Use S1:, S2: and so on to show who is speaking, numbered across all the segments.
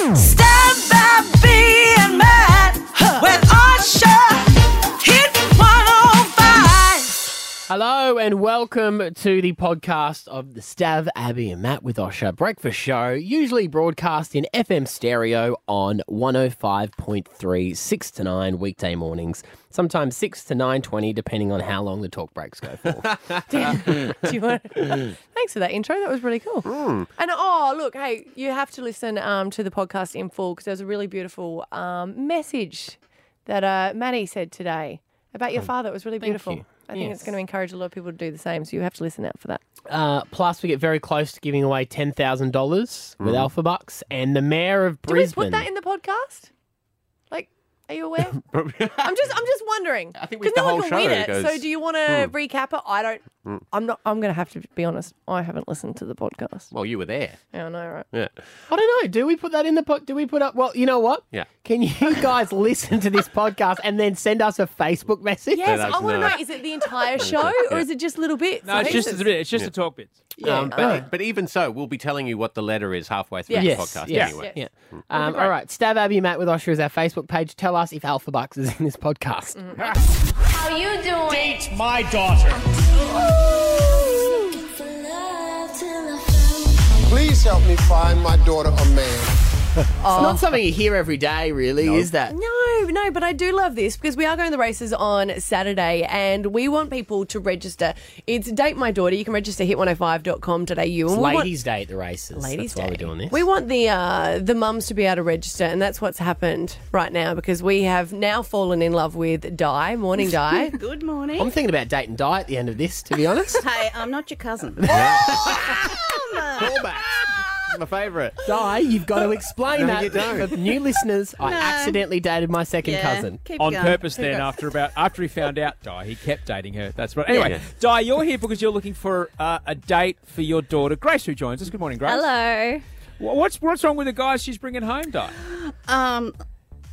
S1: Stand by being mad when Usher hit 105.
S2: Hello and welcome to the podcast of the Stav, Abby and Matt with Osha Breakfast Show, usually broadcast in FM stereo on 105.3 6 to 9 weekday mornings, sometimes 6 to 9.20 depending on how long the talk breaks go for.
S3: Do you want? Thanks for that intro. That was really cool. And oh, look, hey, you have to listen um, to the podcast in full because there was a really beautiful um, message that uh, Maddie said today about
S4: Oh,
S3: your father. It was really beautiful.
S2: you.
S3: I think it's
S2: Yes.
S3: going to encourage a lot of people to do the same. So you have to listen out for that.
S2: Uh, plus, we get very close to giving away $10,000 with Alpha Bucks and the mayor of
S3: Do
S2: Brisbane.
S3: Hmm. we put that in the podcast? Like, are you aware? I'm just, I'm just wondering. I
S4: think we- the
S3: no one
S4: whole
S3: can win
S4: show Hmm.
S3: it.
S4: goes,
S3: so do you want to recap it? I don't. I'm not. I'm going to have to be honest. I haven't listened to the podcast.
S4: Well, you were there.
S3: Yeah, I know, right?
S4: Yeah.
S2: I don't know. Do we put that in the pod? Do we put up? Well, you know what?
S4: Yeah.
S2: Can you guys listen to this podcast and then send us a Facebook message?
S3: Yes,
S4: that's
S3: I want to
S4: nice.
S3: know Oh, is it the entire show or is it just little bits?
S5: No, it's just it's a bit. It's just a talk bits.
S3: Yeah.
S2: Um,
S4: But, but even so, we'll be telling you what the letter is halfway through
S3: Yes.
S4: the podcast
S2: Yes.
S4: anyway. Hmm.
S2: Yeah. Um, all right. Stab Abby Matt with Osher is our Facebook page. Tell us if Alpha Bucks is in this podcast.
S6: How you doing? Date
S5: My daughter.
S7: Please help me find my daughter a man.
S2: It's not something you hear every day, really, is that?
S3: No, no, but I do love this because we are going to the races on Saturday and we want people to register. It's Date My Daughter. You can register hit105.com.au. And we
S2: It's
S3: want-
S2: ladies' day at the races.
S3: Ladies'
S2: That's why we're
S3: Day.
S2: doing this.
S3: We want the uh, the mums to be able to register, and that's what's happened right now because we have now fallen in love with Di, Morning Di.
S8: Good morning.
S2: I'm thinking about date and die at the end of this, to be honest.
S8: hey, I'm not your cousin.
S4: Callbacks. My favourite.
S2: Di, you've got to explain that.
S4: you don't.
S2: For new listeners, I accidentally dated my second
S8: Yeah,
S2: cousin.
S8: Keep
S5: On
S8: going.
S5: purpose, then after about after he found out, Di, he kept dating her. That's right. Anyway, Di, you're here because you're looking for uh, a date for your daughter Grace, who joins us. Good morning, Grace.
S8: Hello.
S5: Wha- What's what's wrong with the guys she's bringing home, Di?
S8: Um,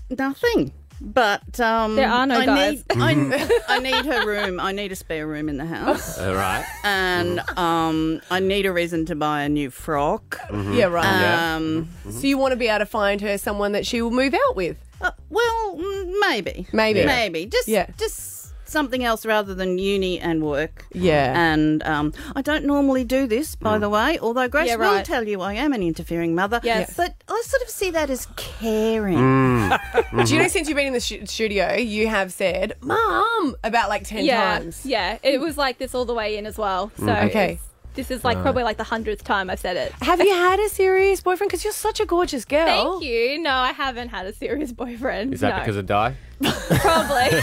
S8: nothing. But um,
S9: There are no
S8: I
S9: guys.
S8: Need, I, I need her room. I need a spare room in the house,
S3: Uh,
S4: All right.
S8: and
S3: mm-hmm.
S8: um, I need a reason to buy a new frock.
S3: Mm-hmm. yeah, Mm-hmm. right.
S4: Yeah.
S8: Um,
S3: so you want to be able to find her someone that she will move out with?
S8: uh, well, mm, maybe,
S3: Maybe. Yeah.
S8: maybe just
S3: Yeah.
S8: just something else rather than uni and work.
S3: Yeah.
S8: And um, I don't normally do this,
S3: Mm.
S8: by the way, although Grace
S9: Yeah,
S8: will
S9: right.
S8: tell you I am an interfering mother.
S9: Yes.
S8: But I sort of see that as caring.
S2: Mm. Mm-hmm.
S3: Do you know since you've been in the stu- studio, you have said "mom" about like ten
S9: yeah,
S3: times. Hmm.
S9: yeah. It was like this all the way in as well. So
S3: Okay.
S9: okay. this is like probably like the hundredth time I've said it.
S3: Have you had a serious boyfriend? Because you're such a gorgeous girl.
S9: Thank you. No, I haven't had a serious boyfriend.
S4: Is that
S9: no,
S4: because of Die?
S9: probably?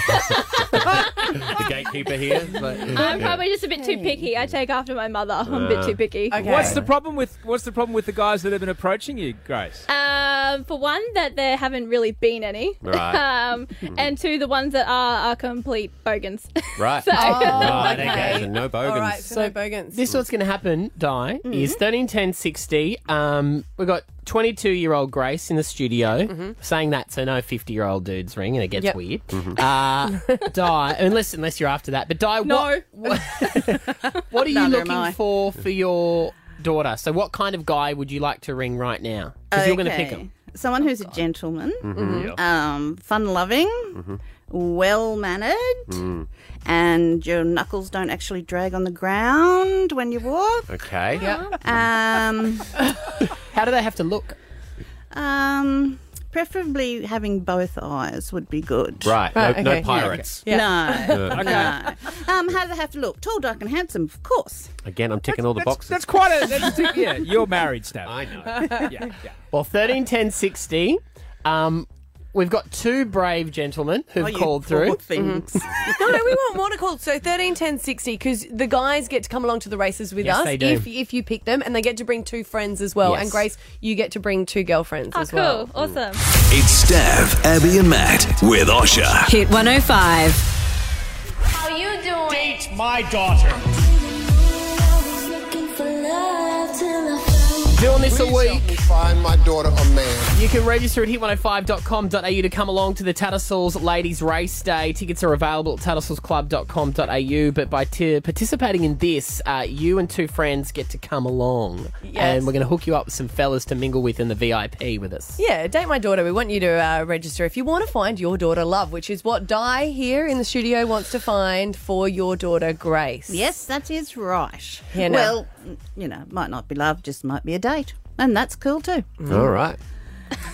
S4: The gatekeeper here?
S9: I'm probably just a bit too picky. I take after my mother. I'm a
S4: Uh,
S9: bit too picky.
S2: Uh,
S3: Okay.
S5: What's the problem with what's the problem with the guys that have been approaching you, Grace?
S9: Um, for one, that there haven't really been any.
S4: Right.
S9: Um, and two, the ones that are are complete bogans.
S4: Right. Oh,
S9: so,
S4: right,
S3: okay.
S4: okay. So no bogans.
S3: All right, so, no bogans.
S2: This is what's going to happen, Di,
S8: Mm-hmm.
S2: is 13, 10, 60. Um, we've got 22 year old Grace in the studio
S8: Mm-hmm.
S2: saying that, so no 50 year old dudes ring and it gets
S3: Yep.
S2: weird.
S5: Mm-hmm.
S2: Uh, Di, unless, unless you're after that. But Di,
S9: No.
S2: what, what, what are you
S8: Neither am
S2: looking
S8: I.
S2: for for your daughter? So, what kind of guy would you like to ring right now? Because you're going to pick
S8: Okay.
S2: him.
S8: Someone who's a gentleman,
S4: Mm-hmm.
S8: um, fun loving, well mannered,
S4: Hmm,
S8: and your knuckles don't actually drag on the ground when you walk.
S4: Okay.
S8: Um,
S2: How do they have to look?
S8: um, preferably having both eyes would be good.
S4: Right.
S3: Right,
S4: no,
S3: okay.
S4: no pirates.
S8: No. no. Um, how do they have to look? Tall, dark, and handsome, of course.
S4: Again, I'm ticking all the
S5: that's,
S4: boxes.
S5: that's quite a. That's a yeah, you're married, Stab.
S4: I know.
S5: Yeah, yeah.
S2: Well, 13, 10, 60. Um, we've got two brave gentlemen who've
S8: Oh, You
S2: called
S8: poor
S2: through.
S8: things.
S3: no, no, we want one called. So 13, 10, 60, because the guys get to come along to the races with
S2: Yes,
S3: us
S2: they do.
S3: if if you pick them, and they get to bring two friends as well.
S2: Yes.
S3: And Grace, you get to bring two girlfriends
S9: oh,
S3: as
S9: cool.
S3: well.
S9: Awesome.
S10: It's Stav, Abby, and Matt with Osha.
S11: Hit 105.
S6: How you doing? Date
S5: My daughter.
S6: my
S2: doing this a
S7: Please help
S2: week.
S7: me find my daughter a man.
S2: You can register at hit105.com.au to come along to the Tattersalls Ladies Race Day. Tickets are available at tattersallsclub.com.au. But by t- participating in this, uh, you and two friends get to come along. And we're going to hook you up with some fellas to mingle with in the VIP with us.
S3: Yeah, date my daughter. We want you to uh, register if you want to find your daughter love, which is what Di here in the studio wants to find for your daughter Grace.
S8: Yes, that is right.
S3: Yeah, no.
S8: Well, you know, it might not be love, just might be a date. And that's cool too.
S2: Mm. All right.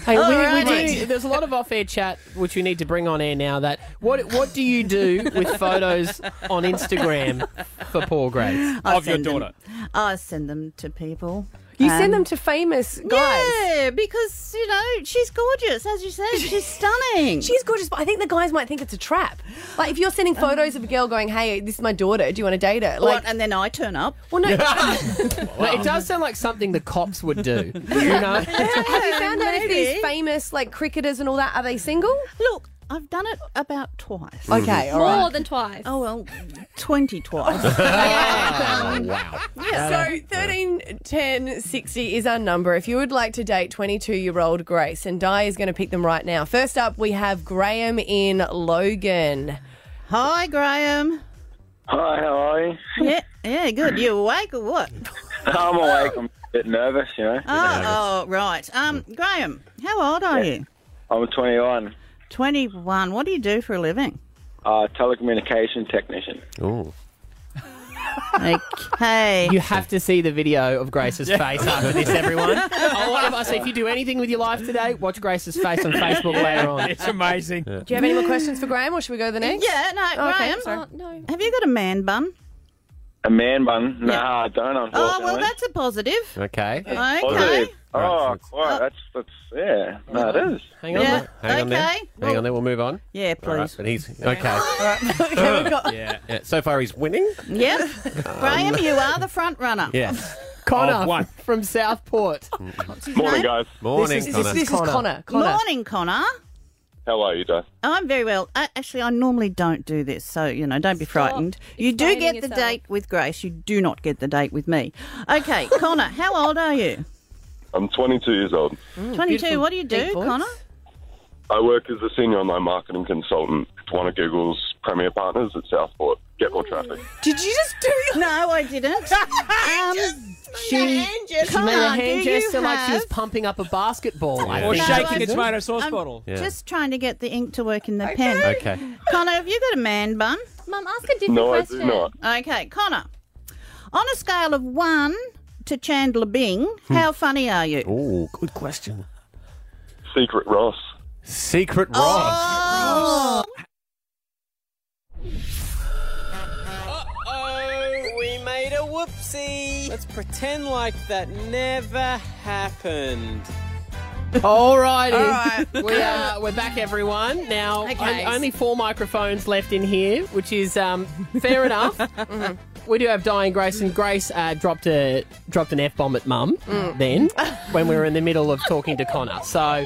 S2: Hey,
S8: All
S2: we, we
S8: righty.
S2: do, Oh, there's a lot of off-air chat which we need to bring on air now. That what what do you do with photos on Instagram for poor grades
S8: I send them- I send them to people.
S3: You send
S8: Um,
S3: them to famous guys.
S8: Yeah, because you know she's gorgeous, as you said, she's stunning.
S3: She's gorgeous, but I think the guys might think it's a trap. Like if you're sending photos of a girl going, "Hey, this is my daughter. Do you want to date her?" Like,
S8: What, and then I turn up.
S3: Well, no.
S2: Well, it does sound like something the cops would do. You know.
S3: have you found out if
S8: maybe.
S3: these famous like cricketers and all that are they single?
S8: Look, I've done it about twice.
S3: Okay, all
S9: More
S3: right.
S9: than twice.
S8: Oh well, twenty twice.
S3: So 13, 10, 60 is our number. If you would like to date 22 year old Grace, and Di is going to pick them right now. First up, we have Graham in Logan.
S8: Hi, Graham.
S11: Hi, how are you?
S8: Yeah, yeah, good. You awake or what?
S11: I'm awake. I'm a bit nervous, you know.
S8: Oh, oh, right. Um, Graham, how old are you?
S11: I'm 21,
S8: Twenty-one. What do you do for a living?
S11: uh, telecommunication technician.
S2: Ooh.
S8: Okay.
S2: You have to see the video of Grace's face after this, everyone. Oh, I want to say if you do anything with your life today, watch Grace's face on Facebook later on.
S5: It's amazing.
S3: Do you have any more questions for Graham, or should we go to the next?
S8: yeah, no,
S3: Okay,
S8: Graham.
S3: sorry.
S9: no.
S8: Oh, Have you got a man bun?
S11: A man bun? Nah, I don't,
S8: Oh
S11: unfortunately.
S8: well, that's a positive.
S2: Okay.
S8: Okay.
S11: Positive. Oh, quite. That's, that's, yeah. No, it is.
S2: Hang on.
S8: Yeah.
S2: there.
S8: okay.
S4: Hang on there, we'll move on.
S8: Yeah, please.
S4: And he's okay.
S3: okay, we've got
S5: Yeah.
S4: Yeah, so far he's winning. Um,
S8: Yep. Graham, you are the front runner.
S4: Yes.
S5: Of
S2: Connor
S5: one.
S2: from Southport.
S11: Morning, guys.
S4: Morning,
S2: This is-
S4: Connor.
S3: this is
S2: Connor.
S3: Connor. Connor.
S8: Morning, Connor. Oh,
S11: How are you, guys?
S8: I'm very well. I, actually, I normally don't do this, so you know, don't be frightened. You do
S9: explaining
S8: get the
S9: yourself.
S8: date with Grace. You do not get the date with me. Okay, Connor, how old are you?
S11: I'm 22 years old.
S8: Twenty-two. What do you do,
S3: deep voice.
S8: Connor?
S11: I work as a senior online marketing consultant for one of Google's premier partners at Southport. Get more traffic.
S3: Did you just do your
S8: No, I didn't. Um,
S2: She, she made a
S8: Connor,
S2: hand
S8: do you
S2: gesture like she was
S8: have-
S2: pumping up a basketball. I
S5: Or
S2: think.
S5: shaking a
S8: Otherwise-
S5: tomato sauce
S8: I'm
S5: bottle.
S8: Just trying to get the ink to work in the pen.
S4: Okay.
S8: Connor, have you got a man bun?
S9: Mum, ask a different
S11: No, I
S9: question.
S11: do not.
S8: Okay, Connor. On a scale of one to Chandler Bing,
S11: Hmm.
S8: how funny are you?
S4: Oh, good question.
S11: Secret Ross.
S4: Secret Ross.
S12: Oh, we made a whoopsie. Let's pretend like that never happened.
S2: All righty. we are, we're back, everyone. Now,
S8: Okay.
S2: on- only four microphones left in here, which is um, fair enough. Mm-hmm. We do have Diane Grace, and Grace uh, dropped a dropped an f bomb at Mum.
S3: Mm.
S2: Then, when we were in the middle of talking to Connor, so uh,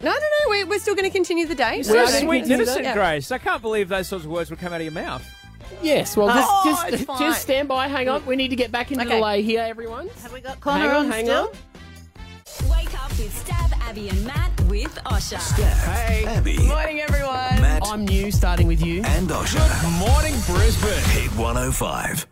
S3: No, no, no. We're, we're still going to continue the date.
S5: So
S2: Well, I
S5: sweet and
S2: didn't
S5: innocent,
S3: Yeah.
S5: Grace. I can't believe those sorts of words would come out of your mouth.
S2: yes, well, just
S3: Oh, it's
S2: just,
S3: fine.
S2: just stand by, hang on. We need to get back into
S3: Okay.
S2: the lay here, everyone.
S8: Have we got
S2: Hang
S8: Connor
S2: on,
S8: on,
S2: hang
S8: still?
S2: on.
S13: Wake up with Stab, Abby, and Matt with Osha.
S4: Abby,
S3: Morning, everyone.
S10: Matt,
S2: I'm new, starting with you.
S10: and Osha.
S4: Morning, Brisbane.
S10: Hit 105.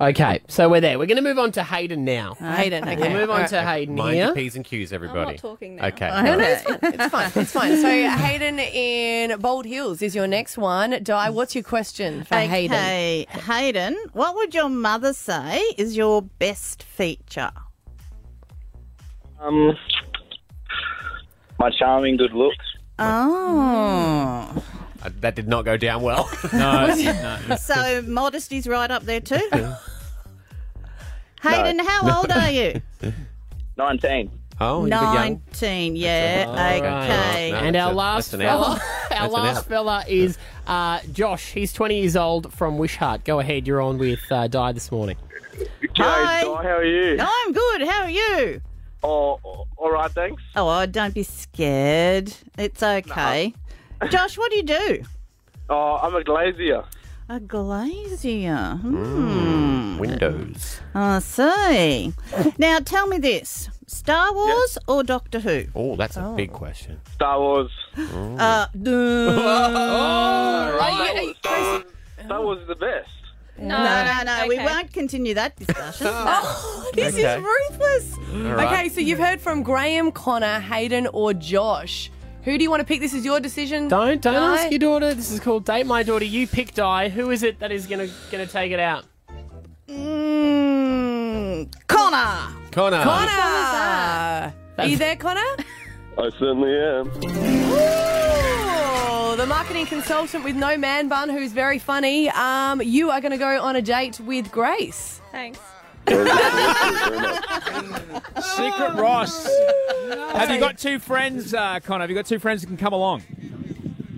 S2: Okay, so we're there. We're going to move on to Hayden now.
S3: Ah, Hayden.
S2: We'll
S3: Okay.
S2: move on to Hayden
S4: Mind
S2: here.
S4: your P's and Q's, everybody.
S9: talking now.
S4: Okay.
S8: No,
S4: alright.
S3: It's fine. It's fine. So Hayden in Bold Hills is your next one. Di, what's your question for Hayden?
S8: Okay, Hayden, what would your mother say is your best feature?
S11: Um, my charming good looks.
S8: Oh,
S4: Uh, That did not go down well.
S8: so modesty's right up there too. Hayden, how old are you?
S11: 19.
S4: oh, he's a young.
S8: Nineteen. Yeah. okay.
S4: No,
S2: and
S4: that's
S2: our
S4: a-
S2: last
S4: that's an out.
S2: fella,
S4: That's
S2: our
S4: an
S2: last
S4: out.
S2: fella is uh, Josh. He's 20 years old from Wishart. Go ahead, you're on with uh, Di this morning.
S8: Hi.
S11: Hey, Di, how are you?
S8: I'm good. How are you?
S11: Oh, oh, all right, thanks.
S8: Oh, oh, don't be scared. It's okay. Josh, what do you do?
S11: Oh, I'm a glazier.
S8: A glazier. Hmm.
S14: Mm, windows.
S8: I see. now tell me this: Star Wars or Doctor Who?
S14: Oh, that's
S2: Hmm.
S14: a big question.
S11: Star Wars.
S4: Hmm.
S8: Uh,
S11: Oh,
S8: no,
S11: Star Wars, Star Wars. Star Wars is the best.
S8: no, no, We won't continue that discussion.
S3: Oh, this
S8: Okay.
S3: is ruthless.
S8: All right.
S3: Okay, so you've heard from Graham, Connor, Hayden, or Josh. Who do you want to pick? This is your decision.
S2: Don't don't
S3: Di?
S2: ask your daughter. This is called date my daughter. You pick die. Who is it that is gonna gonna take it out?
S8: Mm, Connor.
S2: Connor.
S3: Connor. Are you there, Connor?
S11: I certainly am.
S3: Ooh, the marketing consultant with no man bun, who's very funny. Um, you are going to go on a date with Grace.
S9: Thanks.
S5: Secret Ross. Have you got two friends, uh, Connor? Have you got two friends that can come along?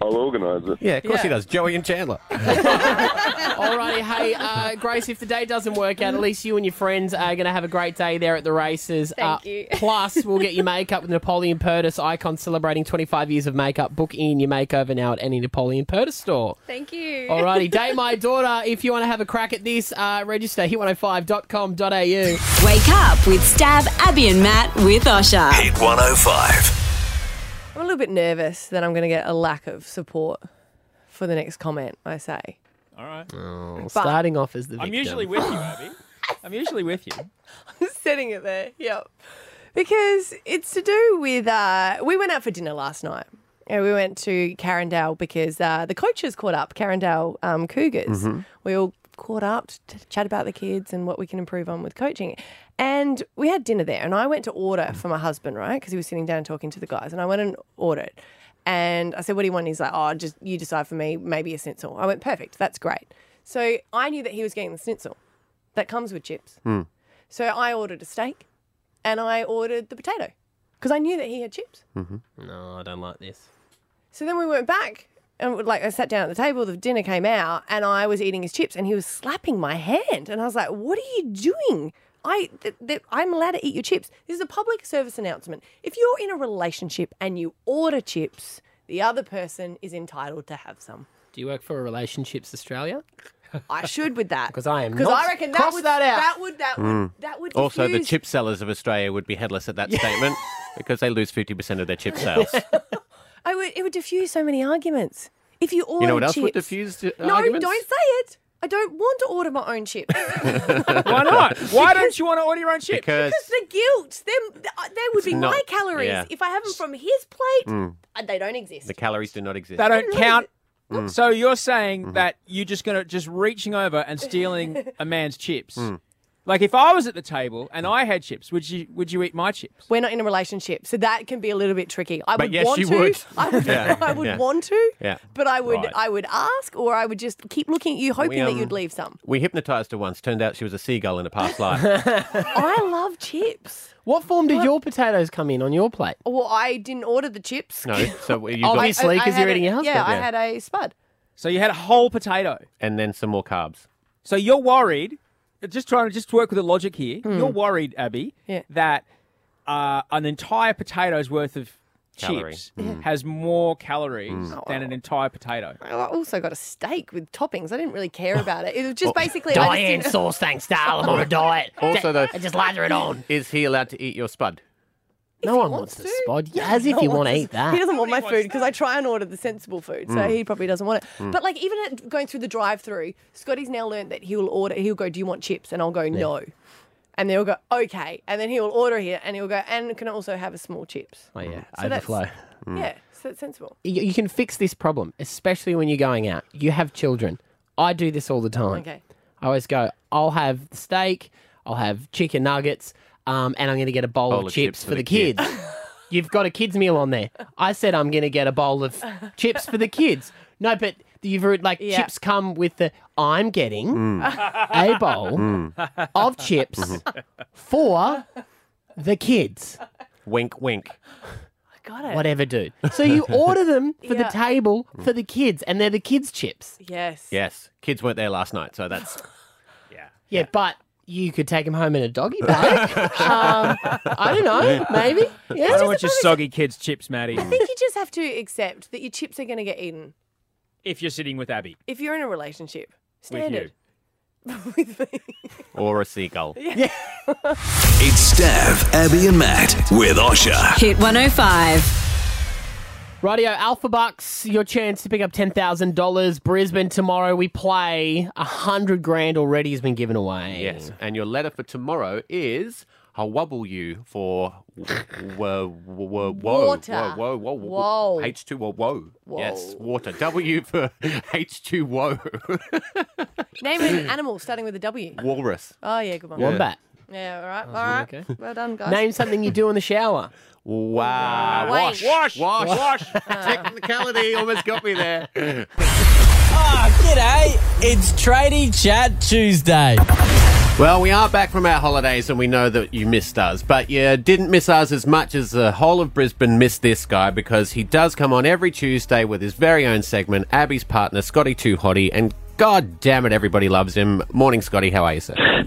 S11: I'll organise it.
S14: Yeah, of course he
S2: Yeah.
S14: does. Joey and Chandler.
S2: Alrighty, hey uh, Grace, if the date doesn't work out, at least you and your friends are gonna have a great day there at the races.
S9: Thank
S2: Uh,
S9: you.
S2: plus, we'll get your makeup with Napoleon Purtis icon celebrating 25 years of makeup. Book in your makeover now at any Napoleon Purtis store.
S9: Thank you.
S2: Alrighty, date my daughter. If you want to have a crack at this, uh, register hit105.com.au.
S13: Wake up with Stab, Abby, and Matt with Osha.
S10: Hit 105.
S3: I'm a little bit nervous that I'm going to get a lack of support for the next comment I say.
S5: All right.
S2: Oh, starting off as the
S5: I'm
S2: victim.
S5: usually with you, Abby. I'm usually with you.
S3: setting it there. Yep. Because it's to do with uh, we went out for dinner last night. And we went to Carindale because uh, the coaches caught up, Carindale um, Cougars.
S15: Mm-hmm.
S16: Mhm.
S3: We all caught up to chat about the kids and what we can improve on with coaching. And we had dinner there. And I went to order for my husband, right? Because he was sitting down talking to the guys. And I went and ordered. And I said, What do you want? He's like, Oh, just you decide for me, maybe a schnitzel. I went, Perfect. That's great. So I knew that he was getting the schnitzel that comes with chips.
S2: Hmm.
S3: So I ordered a steak and I ordered the potato because I knew that he had chips.
S2: No, I don't like this.
S3: So then we went back and like I sat down at the table, the dinner came out and I was eating his chips and he was slapping my hand and I was like, "What are you doing?" I, th- th- I'm allowed to eat your chips. This is a public service announcement. If you're in a relationship and you order chips, the other person is entitled to have some.
S2: Do you work for Relationships Australia?
S3: I should with that
S2: because I am.
S3: Because
S2: not-
S3: I reckon that
S2: cross
S3: would
S2: that out.
S3: that would that would that would
S14: also, the
S3: diffuse-
S14: chip sellers of Australia would be headless at that statement because they lose 50% of their chip sales.
S3: I would, it would diffuse so many arguments. If you order
S14: you know what else
S3: chips,
S14: would diffuse
S5: uh,
S14: the
S3: no,
S14: arguments?
S3: don't say it. I don't want to order my own chips.
S5: Why not? Why don't you want to order your own chips?
S14: Because
S3: Because the guilt, them, th- uh, they would be
S14: It's not-
S3: my calories.
S14: yeah.
S3: If I have them from his plate,
S14: Mm.
S3: uh, they don't exist.
S14: the calories do not exist.
S5: They don't count.
S14: Mm.
S5: So you're saying that you're just gonna just reaching over and stealing a man's chips.
S14: Mm.
S5: Like if I was at the table and I had chips, would you would you eat my chips?
S3: We're not in a relationship, so that can be a little bit tricky. I
S5: But
S3: would
S5: yes,
S3: want
S5: you
S3: to.
S5: would.
S3: I would,
S5: Yeah,
S3: I would
S14: yeah.
S3: want to.
S14: Yeah.
S3: But I would,
S14: Right.
S3: I would ask, or I would just keep looking at you, hoping that
S14: um,
S3: you'd leave some.
S14: We hypnotised her once. Turned out she was a seagull in a past life.
S3: I love chips.
S2: What form did your potatoes come in on your plate?
S3: Well, I didn't order the chips. Oh,
S14: no, so you got
S2: Obviously,
S3: I- I
S2: 'cause you're
S3: had a-
S2: eating your husband.
S3: Yeah, I
S14: Yeah.
S3: had a spud.
S5: So you had a whole potato.
S14: and then some more carbs.
S5: So you're worried. Just trying to just work with the logic here. You're worried, Abby,
S3: Hmm. Yeah.
S5: that uh, an entire potato's worth of
S14: Calorie.
S5: chips
S14: Mm.
S5: has more calories
S14: Mm.
S5: than an entire potato.
S3: I also got a steak with toppings. I didn't really care about it. It was just
S14: Oh,
S3: basically I just
S2: Diane
S3: didn't-
S2: sauce, thanks, Dal. I'm on a diet.
S14: Also, though,
S2: I just lather it on.
S14: Is he allowed to eat your spud?
S2: No one wants the spod. Yeah, as if
S3: No
S2: you
S3: one
S2: want to
S3: wants
S2: eat that.
S3: He doesn't want my food because I try and order the sensible food, so
S2: Mm.
S3: he probably doesn't want it.
S2: Mm.
S3: But like even at going through the drive-through, Scotty's now learned that he'll order. He'll go, "Do you want chips?" And I'll go, "No," and they'll go, "Okay," and then he'll order here, and he'll go, "And can I also have a small chips?"
S2: Oh yeah,
S3: So that's-
S2: overflow. Mm.
S3: Yeah, so that's sensible.
S2: You, you can fix this problem, especially when you're going out. You have children. I do this all the time.
S3: Okay.
S2: I always go. I'll have steak. I'll have chicken nuggets. Um, and I'm going to get a bowl, of, chips, for the, kids. You've got a kids meal on there. I said I'm going to get a bowl of chips for the kids. No, but you've heard like
S1: Yeah.
S2: chips come with the. I'm getting a bowl
S14: Mm.
S2: of chips
S14: Mm-hmm.
S2: for the kids.
S14: Wink, wink.
S3: Got it.
S2: Whatever, dude. So you order them for
S3: Yeah.
S2: the table for the kids, and they're the kids' chips.
S3: Yes.
S14: Yes, kids weren't there last night, so that's
S2: Yeah, but you could take them home in a doggy bag. um, I don't know, maybe. Yeah.
S5: I don't want your soggy kids' chips, Maddie.
S3: I think you just have to accept that your chips are going to get eaten
S5: if you're sitting with Abby.
S3: if you're in a relationship. Standard.
S14: Or a seagull.
S3: Yeah.
S10: It's Stav, Abby, and Matt with Osha.
S2: Hit 105. Radio Alpha Bucks, your chance to pick up $10,000. Brisbane tomorrow we play. A hundred grand already has been given away.
S14: Yes. And your letter for tomorrow is I'll wobble you for w- w- w- whoa.
S3: Water.
S14: Whoa, whoa, whoa,
S3: Whoa.
S14: H2O, whoa.
S3: Whoa.
S14: Yes, water. W for H2O.
S3: Name an animal starting with a W.
S14: Walrus.
S3: Oh, yeah, good one.
S14: Wombat.
S3: Yeah, all right, all right.
S14: okay.
S3: Well done, guys.
S2: Name something you do in the shower.
S14: Wow.
S3: Wait.
S14: Wash. Ah, Wash. Wash. Wash.
S12: Technicality
S14: almost got me there.
S12: Ah, g'day. It's Tradie Chat Tuesday.
S14: Well, we are back from our holidays and we know that you missed us, but you didn't miss us as much as the whole of Brisbane missed this guy because he does come on every Tuesday with his very own segment, Abby's partner, Scotty Too Hottie, and god damn it, everybody loves him. Morning, Scotty. How are you, sir?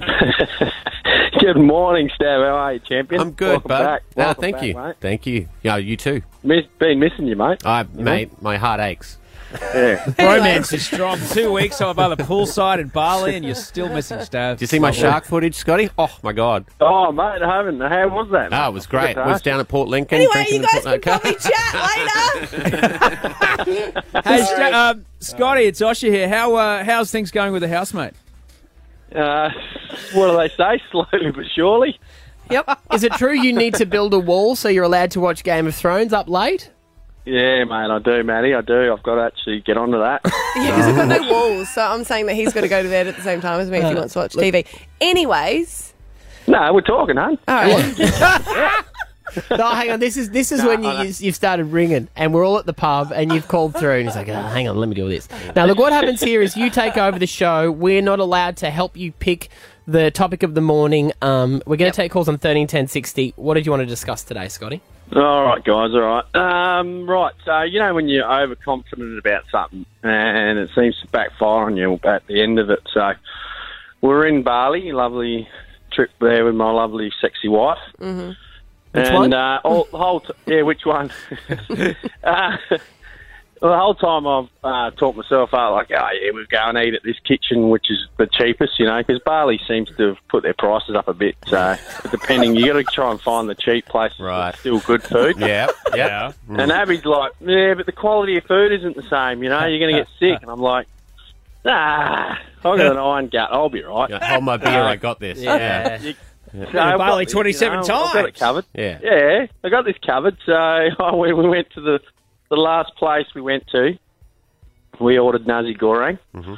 S16: Good morning, Stav. How are you, champion?
S14: I'm good,
S16: Welcome
S14: bud.
S16: Back.
S14: No,
S16: Welcome
S14: thank
S16: back,
S14: you.
S16: Mate.
S14: Thank you. Yeah, you too.
S16: Miss, been missing you, mate.
S14: I, mate, my heart aches.
S16: Yeah.
S5: Romance is strong. Two weeks I'm by the poolside in Bali, and you're still missing Stav.
S14: Did you see my shark footage, Scotty? Oh my god.
S16: Oh, mate, I haven't. How was that?
S14: Ah, it was great. It was down at Port Lincoln.
S5: Anyway,
S14: drinking
S5: you
S14: the
S5: guys
S14: Port-
S5: can
S14: Okay.
S5: Hey, Sta-
S16: uh,
S5: um, Scotty, it's Osha here. How uh, how's things going with the housemate?
S16: Uh, what do they say? Slowly but surely.
S2: Yep. Is it true you need to build a wall so you're allowed to watch Game of Thrones up late?
S16: Yeah, mate, I do, Matty. I do. I've got to actually get onto that.
S3: Yeah, because I've got no walls, so I'm saying that he's got to go to bed at the same time as me if he wants to watch TV. Anyways,
S16: no, we're talking, huh?
S3: all right.
S2: No, hang on. This is this is when you, you you've started ringing, and we're all at the pub, and you've called through, and he's like, oh, "Hang on, let me deal with this." Now, look, what happens here is you take over the show. We're not allowed to help you pick the topic of the morning. Um, we're going to take calls on thirteen ten sixty. What did you want to discuss today, Scotty?
S16: All right, guys. All right. Um, right. So you know when you're overconfident about something and it seems to backfire on you at the end of it. So we're in Bali. Lovely trip there with my lovely sexy wife.
S3: Mm-hmm.
S1: Which
S16: and
S1: one?
S16: Uh, all, the whole t- yeah, which one? uh, well, the whole time I've uh, talked myself out like, oh yeah, we'll go and eat at this kitchen, which is the cheapest, you know, because Bali seems to have put their prices up a bit.
S17: uh,
S16: So depending, you got to try and find the cheap places, right? Still good food.
S14: Yeah,
S16: yeah. And Abby's like, yeah, but the quality of food isn't the same, you know. You're going to get sick, and I'm like, ah, I've got an iron gut. I'll be right.
S14: Hold my beer, I got this.
S16: Yeah.
S14: Yeah.
S16: So I've got this, you know, I've got it covered.
S14: Yeah.
S16: Yeah, I got this covered. So I, we, we went to the, the last place we went to. We ordered nasi goreng,
S14: Mm-hmm.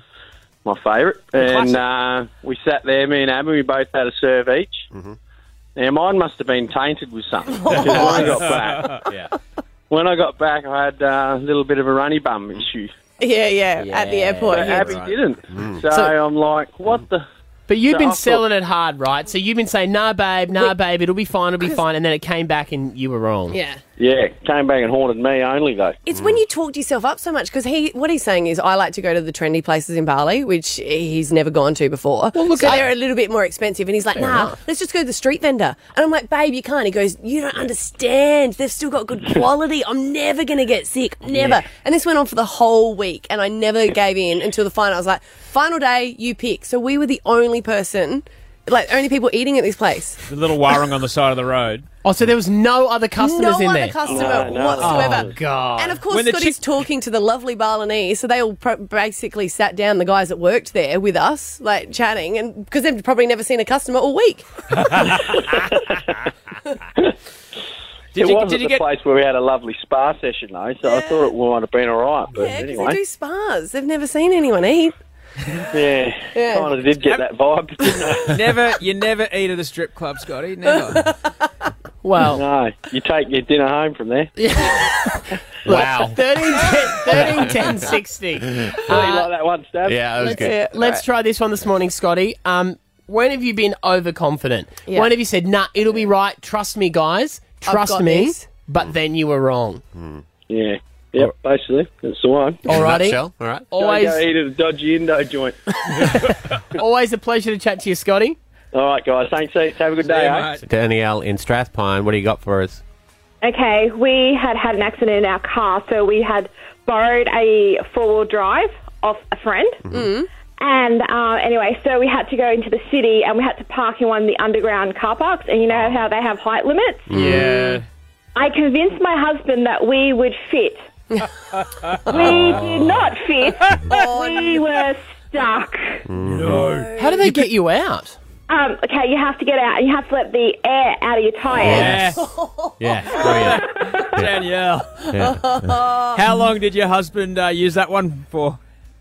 S16: my favourite, and uh, we sat there. Me and Abby, we both had a serve each.
S14: Mm-hmm.
S16: Now mine must have been tainted with something. 'cause when I got back,
S14: yeah.
S16: when I got back, I had uh, a little bit of a runny bum issue.
S3: Yeah, yeah, at the airport.
S16: But
S3: yeah.
S16: Abby didn't. So,
S2: So-
S16: I'm like, what the?
S2: But you've
S16: So I
S2: been
S16: thought-
S2: selling it hard, right? So you've been saying, "Nah, babe, nah, babe, it'll be fine, it'll be fine," and then it came back, and you were wrong.
S3: Yeah.
S16: Yeah, came back and haunted me only though. Mm.
S3: It's
S2: Mm.
S3: when you talked yourself up so much because he, what he's saying is, I like to go to the trendy places in Bali, which he's never gone to before. Well,
S2: look
S3: so
S2: at-
S3: they're a little bit more expensive, and he's like,
S2: Fair
S3: Nah,
S2: enough.
S3: let's just go to the street vendor. And I'm like, Babe, you can't. He goes, You don't understand. They've still got good quality. I'm never gonna get sick, never.
S2: Yeah.
S3: And this went on for the whole week, and I never gave in until the final. I was like, Final day, you pick. So we were the only person, like, only people eating at this place.
S5: The little warung on the side of the road.
S2: Oh, so there was no other customers
S3: no
S2: in
S3: other
S2: there.
S3: customer whatsoever.
S2: Oh god!
S3: And of course,
S2: When the
S3: Scotty's talking to the lovely Balinese, so they all pro- basically sat down, the guys that worked there with us, like chatting, and because they've probably never seen a customer all week.
S5: Did
S16: it
S5: you-
S16: wasn't
S5: did you
S16: the
S5: get-
S16: place where we had a lovely spa session though, so I thought it might have been all right. But
S3: Yeah, 'cause they
S16: anyway,
S3: do spas. They've never seen anyone eat.
S16: yeah,
S3: Yeah.
S16: kind of did get that vibe. Didn't I?
S5: never, you never eat at a strip club, Scotty. Never.
S2: Well,
S16: no, you take your dinner home from there.
S2: wow. 13, 13, 10, 60.
S16: you like that one, Stab?
S14: Yeah,
S2: let's, let's try this one this morning, Scotty. Um, when have you been overconfident?
S3: Yeah.
S2: When have you said, nah, it'll be right, trust me, guys,
S3: I've
S2: trust
S3: got
S2: me,
S3: this.
S2: but then you were wrong?
S4: Hmm.
S16: Yeah, yep, basically that's the one.
S2: Alrighty.
S14: Nutshell, all right.
S2: Always-
S16: Go eat at a dodgy Indo joint.
S2: Always a pleasure to chat to you, Scotty.
S16: All right, guys, thanks. heaps. Have a good day. eh?
S14: Danielle in Strathpine, what do you got for us?
S18: Okay, we had had an accident in our car, so we had borrowed a four wheel drive off a friend, And uh, anyway, so we had to go into the city and we had to park in one of the underground car parks. And you know how they have height limits?
S5: Yeah.
S18: I convinced my husband that we would fit. we did not fit. we were stuck.
S2: No. How do they get you out?
S18: Um, okay, you have to get out and you have to let the air out of your tires.
S5: Yeah, Danielle. How long did your husband uh, use that one for?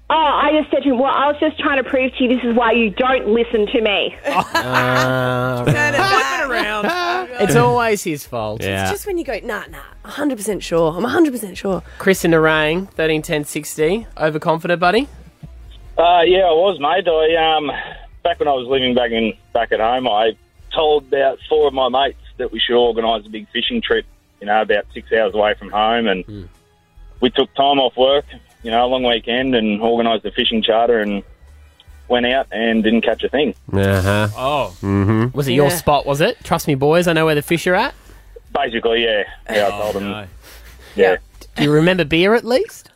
S18: Oh, I just said to him, well, I was just trying to prove to you this is why you don't listen to me.
S2: It's always his fault.
S3: It's just when you go, nah, nah, 100% sure. I'm 100% sure.
S2: Chris in Narang, 131060. Overconfident, buddy?
S17: Uh, yeah, I was, mate. I um, back when I was living back in back at home, I told about four of my mates that we should organise a big fishing trip. You know, about six hours away from home, and we took time off work. You know, a long weekend, and organised a fishing charter, and went out and didn't catch a thing.
S14: Uh-huh.
S5: Oh.
S14: Mm-hmm.
S2: Was it your
S17: Yeah.
S2: spot, was it? Trust me, boys, I know where the fish are at.
S17: Basically, yeah, yeah, I told them. Yeah.
S2: Do you remember beer at least?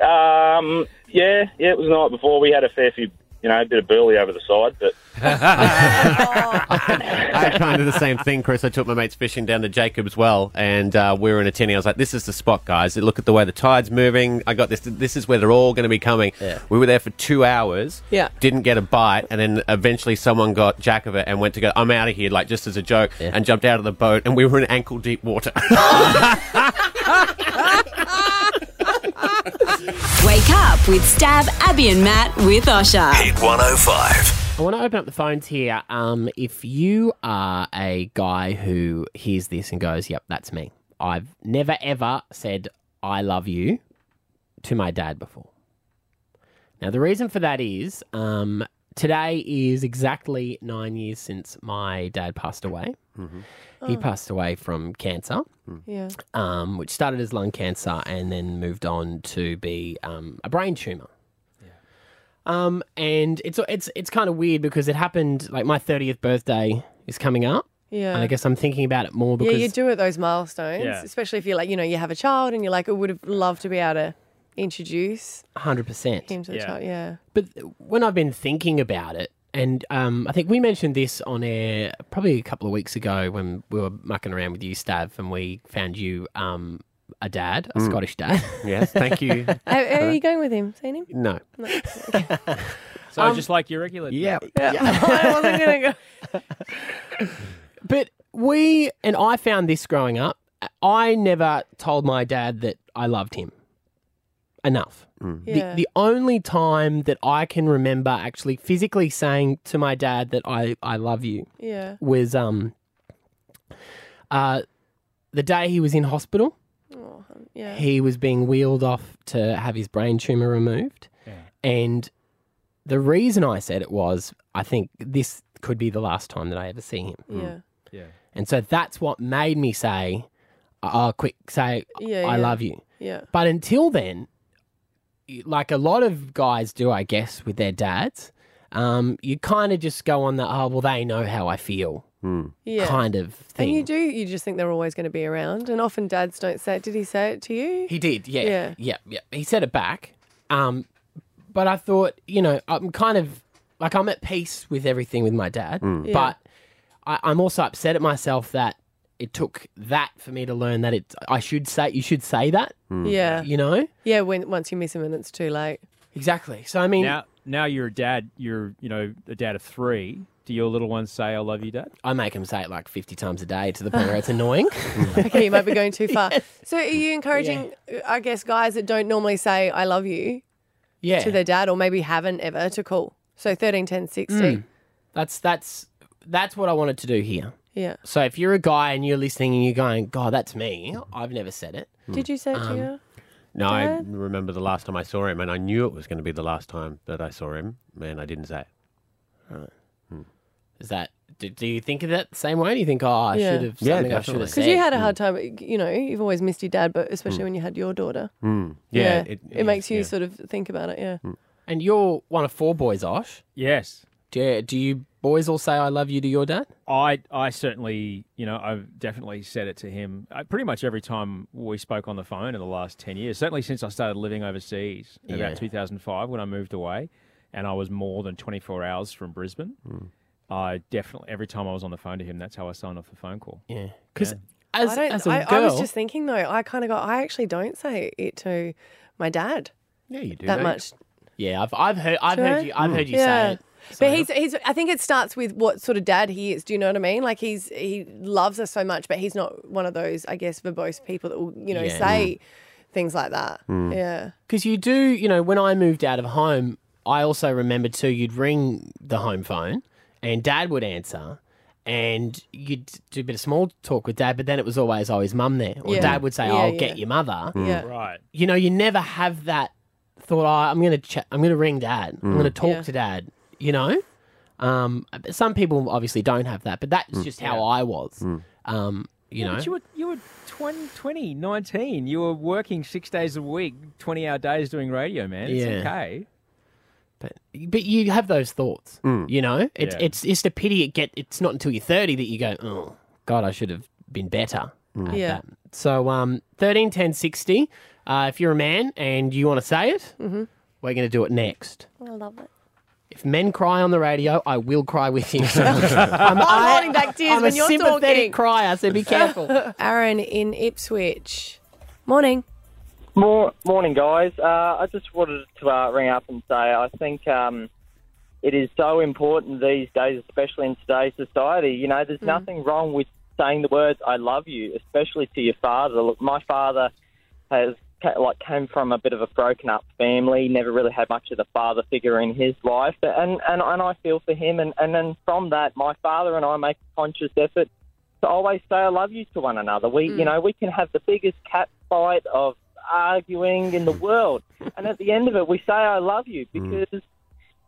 S17: Um, yeah, yeah, it was the night before. We had a fair few, you know, a bit of burley over the side, but
S14: I had kind of the same thing, Chris. I took my mates fishing down to Jacob's Well, and uh, we were in a tinny. I was like, "This is the spot, guys. Look at the way the tide's moving. I got this. This is where they're all going to be coming." We were there for two hours.
S3: Yeah.
S14: Didn't get a bite, and then eventually someone got jack of it and went to go. I'm out of here, like just as a joke, and jumped out of the boat, and we were in ankle deep water.
S13: Wake up with Stab, Abby, and Matt with Osha.
S3: Ah.
S2: Hit 105. I want to open up the phones here. Um, if you are a guy who hears this and goes, yep, that's me. I've never ever said, I love you to my dad before. Now, the reason for that is um, today is exactly nine years since my dad passed away. He
S3: Oh.
S2: passed away from cancer
S3: Yeah.
S2: um, which started as lung cancer and then moved on to be um, a brain tumor. Um, and it's it's it's kind of weird because it happened like my thirtieth birthday is coming up.
S3: Yeah.
S2: and I guess I'm thinking about it more because
S3: yeah, you do at those milestones,
S2: Yeah.
S3: especially if you're like, you know, you have a child and you're like, I would have loved to be able to introduce
S2: hundred percent
S3: him to the child. Yeah.
S2: But when I've been thinking about it, and um, I think we mentioned this on air probably a couple of weeks ago when we were mucking around with you, Stav, and we found you um, a dad, a
S14: Mm.
S2: Scottish dad.
S14: Yes, thank you.
S3: How, how are you going with him? Seeing him? Um,
S14: No.
S5: So just like your regular.
S2: Yeah.
S3: I wasn't going to go.
S2: But we and I found this growing up. I never told my dad that I loved him enough.
S1: Yeah.
S2: The, the only time that I can remember actually physically saying to my dad that I, I love you
S1: Yeah.
S2: was um uh the day he was in hospital.
S3: yeah.
S2: He was being wheeled off to have his brain tumor removed. And the reason I said it was I think this could be the last time that I ever see him.
S14: Mm.
S3: Yeah.
S5: Yeah.
S2: And so that's what made me say, oh, quick, say,
S3: Yeah,
S2: I
S3: yeah.
S2: love you.
S3: Yeah.
S2: But until then, y- like a lot of guys do, I guess, with their dads, um, you kind of just go on the, oh, well, they know how I feel
S3: Yeah.
S2: kind of thing.
S3: And you do, you just think they're always going to be around. And often dads don't say it. Did he say it to you?
S2: He did, yeah,
S3: Yeah.
S2: yeah, yeah, He said it back, um, but I thought, you know, I'm kind of like I'm at peace with everything with my dad,
S1: Mm. Yeah.
S2: but I, I'm also upset at myself that it took that for me to learn that it. I should say you should say that,
S3: Yeah.
S2: you know,
S3: Yeah, when once you miss him and it's too late.
S2: exactly. So I mean,
S5: now, now you're a dad. You're, you know, a dad of three. Do your little ones say, "I love you, Dad"?
S2: I make them say it like 50 times a day to the point where it's annoying.
S3: Okay, you might be going too far. So are you encouraging, I guess, guys that don't normally say "I love you"
S2: Yeah.
S3: to their dad, or maybe haven't ever, to call? So thirteen, ten, sixty.
S2: Mm. That's that's that's what I wanted to do here.
S3: Yeah.
S2: So if you're a guy and you're listening and you're going, God, that's me. I've never said it.
S3: Did you say it to
S2: Um,
S3: your?
S14: No, I
S3: Dad?
S14: remember the last time I saw him, and I knew it was going to be the last time that I saw him, and I didn't say it. Hmm.
S2: Is that? Do, do you think of that the same way? Do you think, oh, I
S3: Yeah.
S2: should have
S14: Yeah,
S2: something I should
S14: definitely.
S2: have said?
S3: Because you had a hard time, you know, you've always missed your dad, but especially
S2: Mm.
S3: when you had your daughter.
S2: Hmm.
S14: Mm. Yeah,
S3: It,
S14: it-
S3: makes you
S2: yeah.
S3: sort of think about it. Yeah.
S2: And you're one of four boys, Osh.
S5: Yes.
S2: Do you, do you boys all say I love you to your dad?
S5: I, I certainly, you know, I've definitely said it to him uh, pretty much every time we spoke on the phone in the last 10 years, certainly since I started living overseas in
S2: Yeah.
S5: about 2005 when I moved away. and I was more than 24 hours from Brisbane,
S2: Hmm.
S5: I definitely every time I was on the phone to him, that's how I signed off the phone call.
S2: Yeah, because
S5: as,
S3: I, don't, I, I was just thinking though, I kind of got, I actually don't say it to my dad.
S2: Yeah, "Oh, you do,
S3: That
S2: don't you?
S3: much.
S2: Yeah, I've I've heard I've
S3: Do Hmm.
S2: heard you I've heard you
S3: Yeah.
S2: say it.
S3: But he's, he's, I think it starts with what sort of dad he is. Do you know what I mean? Like he's, he loves us so much, but he's not one of those, I guess, verbose people that will, you know,
S2: Yeah.
S3: say things like that.
S2: Mm.
S3: Yeah.
S2: Because you do, you know, when I moved out of home, I also remember too, you'd ring the home phone and dad would answer and you'd do a bit of small talk with dad, but then it was always, oh, his mum there. Or
S5: Yeah.
S2: dad would say,
S5: Yeah,
S2: I'll
S5: yeah.
S2: get your mother.
S5: Yeah. Mm. Right.
S2: You know, you never have that thought, oh, I'm going to ch- I'm going to ring dad. I'm
S5: Mm.
S2: going to talk
S5: Yeah.
S2: to dad, you know? Um, but some people obviously don't have that, but that's
S5: Mm.
S2: just how
S5: Yeah.
S2: I was. Um, you
S5: Yeah,
S2: know?
S5: but you were you were 20, 20, 19. You were working six days a week, twenty hour days doing radio, man. It's
S2: Yeah.
S5: okay.
S2: But but you have those thoughts, you know. It's
S5: Yeah.
S2: it's it's a pity it get. It's not until you're thirty that you go, oh God, I should have been better.
S14: Mm.
S2: at
S3: Yeah.
S2: that." So um, thirteen ten sixty. Uh, if you're a man and you want to say it,
S3: Mhm.
S2: we're going to do it next.
S3: I love it.
S2: If men cry on the radio, I will cry with you.
S3: I'm,
S2: I'm,
S3: holding back tears
S2: I'm
S3: when
S2: a
S3: you're
S2: sympathetic
S3: talking.
S2: crier, so be careful.
S3: Aaron in Ipswich. Morning.
S19: Mor morning, guys. Uh, I just wanted to uh, ring up and say I think um, it is so important these days, especially in today's society. You know, there's nothing wrong with saying the words "I love you," especially to your father. Look, my father has ca- like came from a bit of a broken up family, never really had much of the father figure in his life, and and, and I feel for him. And and then from that, my father and I make a conscious effort to always say I love you to one another. We, you know, we can have the biggest cat fight of arguing in the world, and at the end of it, we say I love you
S2: Mm.
S19: because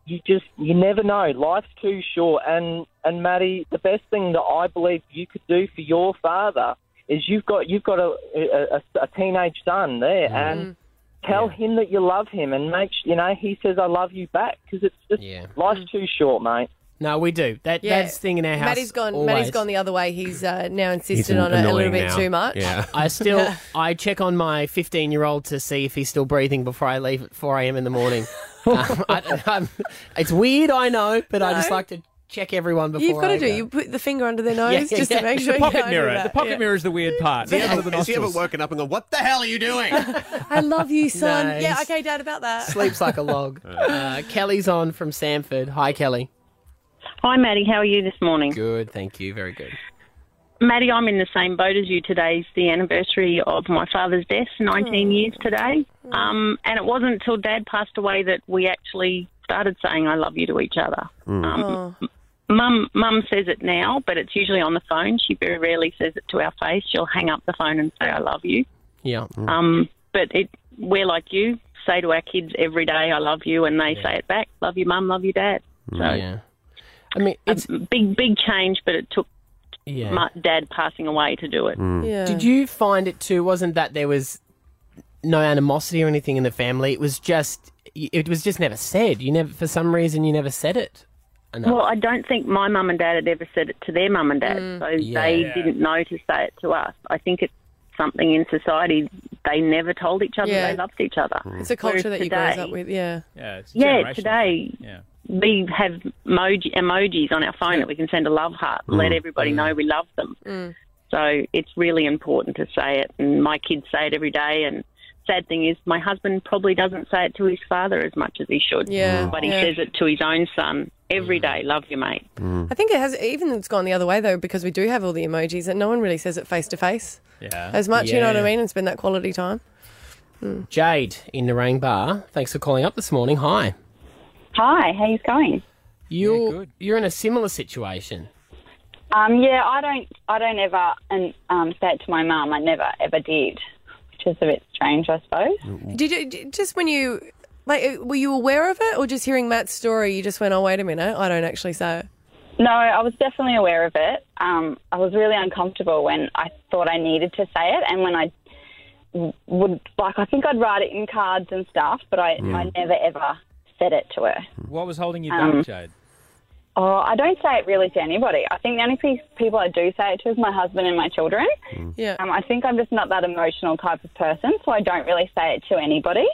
S19: you just you never know. Life's too short, and and Maddie, the best thing that I believe you could do for your father is you've got you've got a a, a- a teenage son
S2: Mm.
S19: there, and tell him that you love him, and make s- you know he says I love you back because it's just life's too short, mate.
S2: No, we do. That
S3: Yeah.
S2: that's the thing in our house.
S3: Maddie's gone. Maddie's
S2: always.
S3: gone the other way. He's uh, now
S2: He's
S3: insisted on it a little bit too much.
S2: I still I check on my 15 year old to see if he's still breathing before I leave at 4 a.m. in the morning. um, I, I'm, it's weird, I know, but I just
S3: No.
S2: like to check everyone before.
S3: You've got
S2: I
S3: to do.
S2: go.
S3: You put the finger under their nose
S2: Yeah, yeah,
S3: just
S2: yeah.
S3: to make
S2: It's
S3: sure.
S2: a
S3: you
S2: pocket
S3: don't do
S2: mirror.
S3: that.
S2: The pocket
S3: Yeah.
S5: mirror is the weird
S14: Has
S5: part.
S14: he
S5: Under
S14: ever-
S5: the
S14: has he ever
S5: nostrils.
S14: woken up and gone, "What the hell are you doing?"
S3: I love you, son.
S2: No,
S3: Yeah.
S2: he's-
S3: Okay, Dad. About that.
S2: Sleeps like a log. uh, Kelly's on from Sanford. Hi, Kelly.
S15: Hi, Maddie. How are you this morning?
S2: Good, thank you. Very good.
S15: Maddie, I'm in the same boat as you. Today's the anniversary of my father's death, 19 years today. Um, and it wasn't until Dad passed away that we actually started saying "I love you" to each other.
S11: Mm.
S2: Mm.
S15: Um, Mum, Mum says it now, but it's usually on the phone. She very rarely says it to our face. She'll hang up the phone and say "I love you."
S2: Yeah.
S15: Um, but it, we're like you, say to our kids every day, "I love you," and they say it back, "Love you, Mum. Love you, Dad." So,
S2: Yeah. I mean, it's
S15: a big, big change, but it took
S2: Yeah.
S15: my dad passing away to do it.
S5: Mm.
S2: Did you find it too? Wasn't that there was no animosity or anything in the family? It was just it was just never said. You never for some reason you never said it. enough.
S15: Well, I don't think my mum and dad had ever said it to their mum and dad,
S3: Mm.
S15: so
S2: Yeah.
S15: they
S2: Yeah.
S15: didn't know to say it to us. I think it's something in society they never told each other
S3: Yeah.
S15: they loved each other.
S3: It's a culture
S15: Whereas
S3: that you grows
S15: today-
S3: up with. Yeah.
S5: Yeah. Mm. It's
S15: Yeah,
S5: generational.
S15: today
S5: Yeah.
S15: we have emoji, emojis on our phone that we can send a love heart, and let
S5: Mm.
S15: everybody know we love them.
S3: Mm.
S15: So it's really important to say it, and my kids say it every day. And sad thing is, my husband probably doesn't say it to his father as much as he should.
S3: Yeah,
S15: but he
S3: yeah.
S15: says it to his own son every day. Love you, mate.
S3: I think it has even it's gone the other way though because we do have all the emojis that no one really says it face to face
S2: Yeah.
S3: as much. You know what I
S2: Yeah. Mm.
S3: mean? And spend that quality time.
S2: Jade in the Rain Bar. Thanks for calling up this morning. Hi.
S20: Hi, how you going?
S2: You're you're in a similar situation.
S20: Um, yeah, I don't, I don't ever and um, say it to my mum. I never ever did, which is a bit strange, I suppose.
S3: Did you d- just when you like uh, were you aware of it or just hearing Matt's story? You just went, oh wait a minute, I don't actually say it.
S20: No, I was definitely aware of it. Um, I was really uncomfortable when I thought I needed to say it, and when I w- would like, I think I'd write it in cards and stuff, but I,
S5: Mm.
S20: I never ever said it to her.
S2: Hmm.
S5: What was holding you back,
S20: Um,
S5: Jade?
S20: Oh, I don't say it really to anybody. I think the only pe- people I do say it to is my husband and my children.
S3: Yeah.
S20: Um, I think I'm just not that emotional type of person, so I don't really say it to anybody.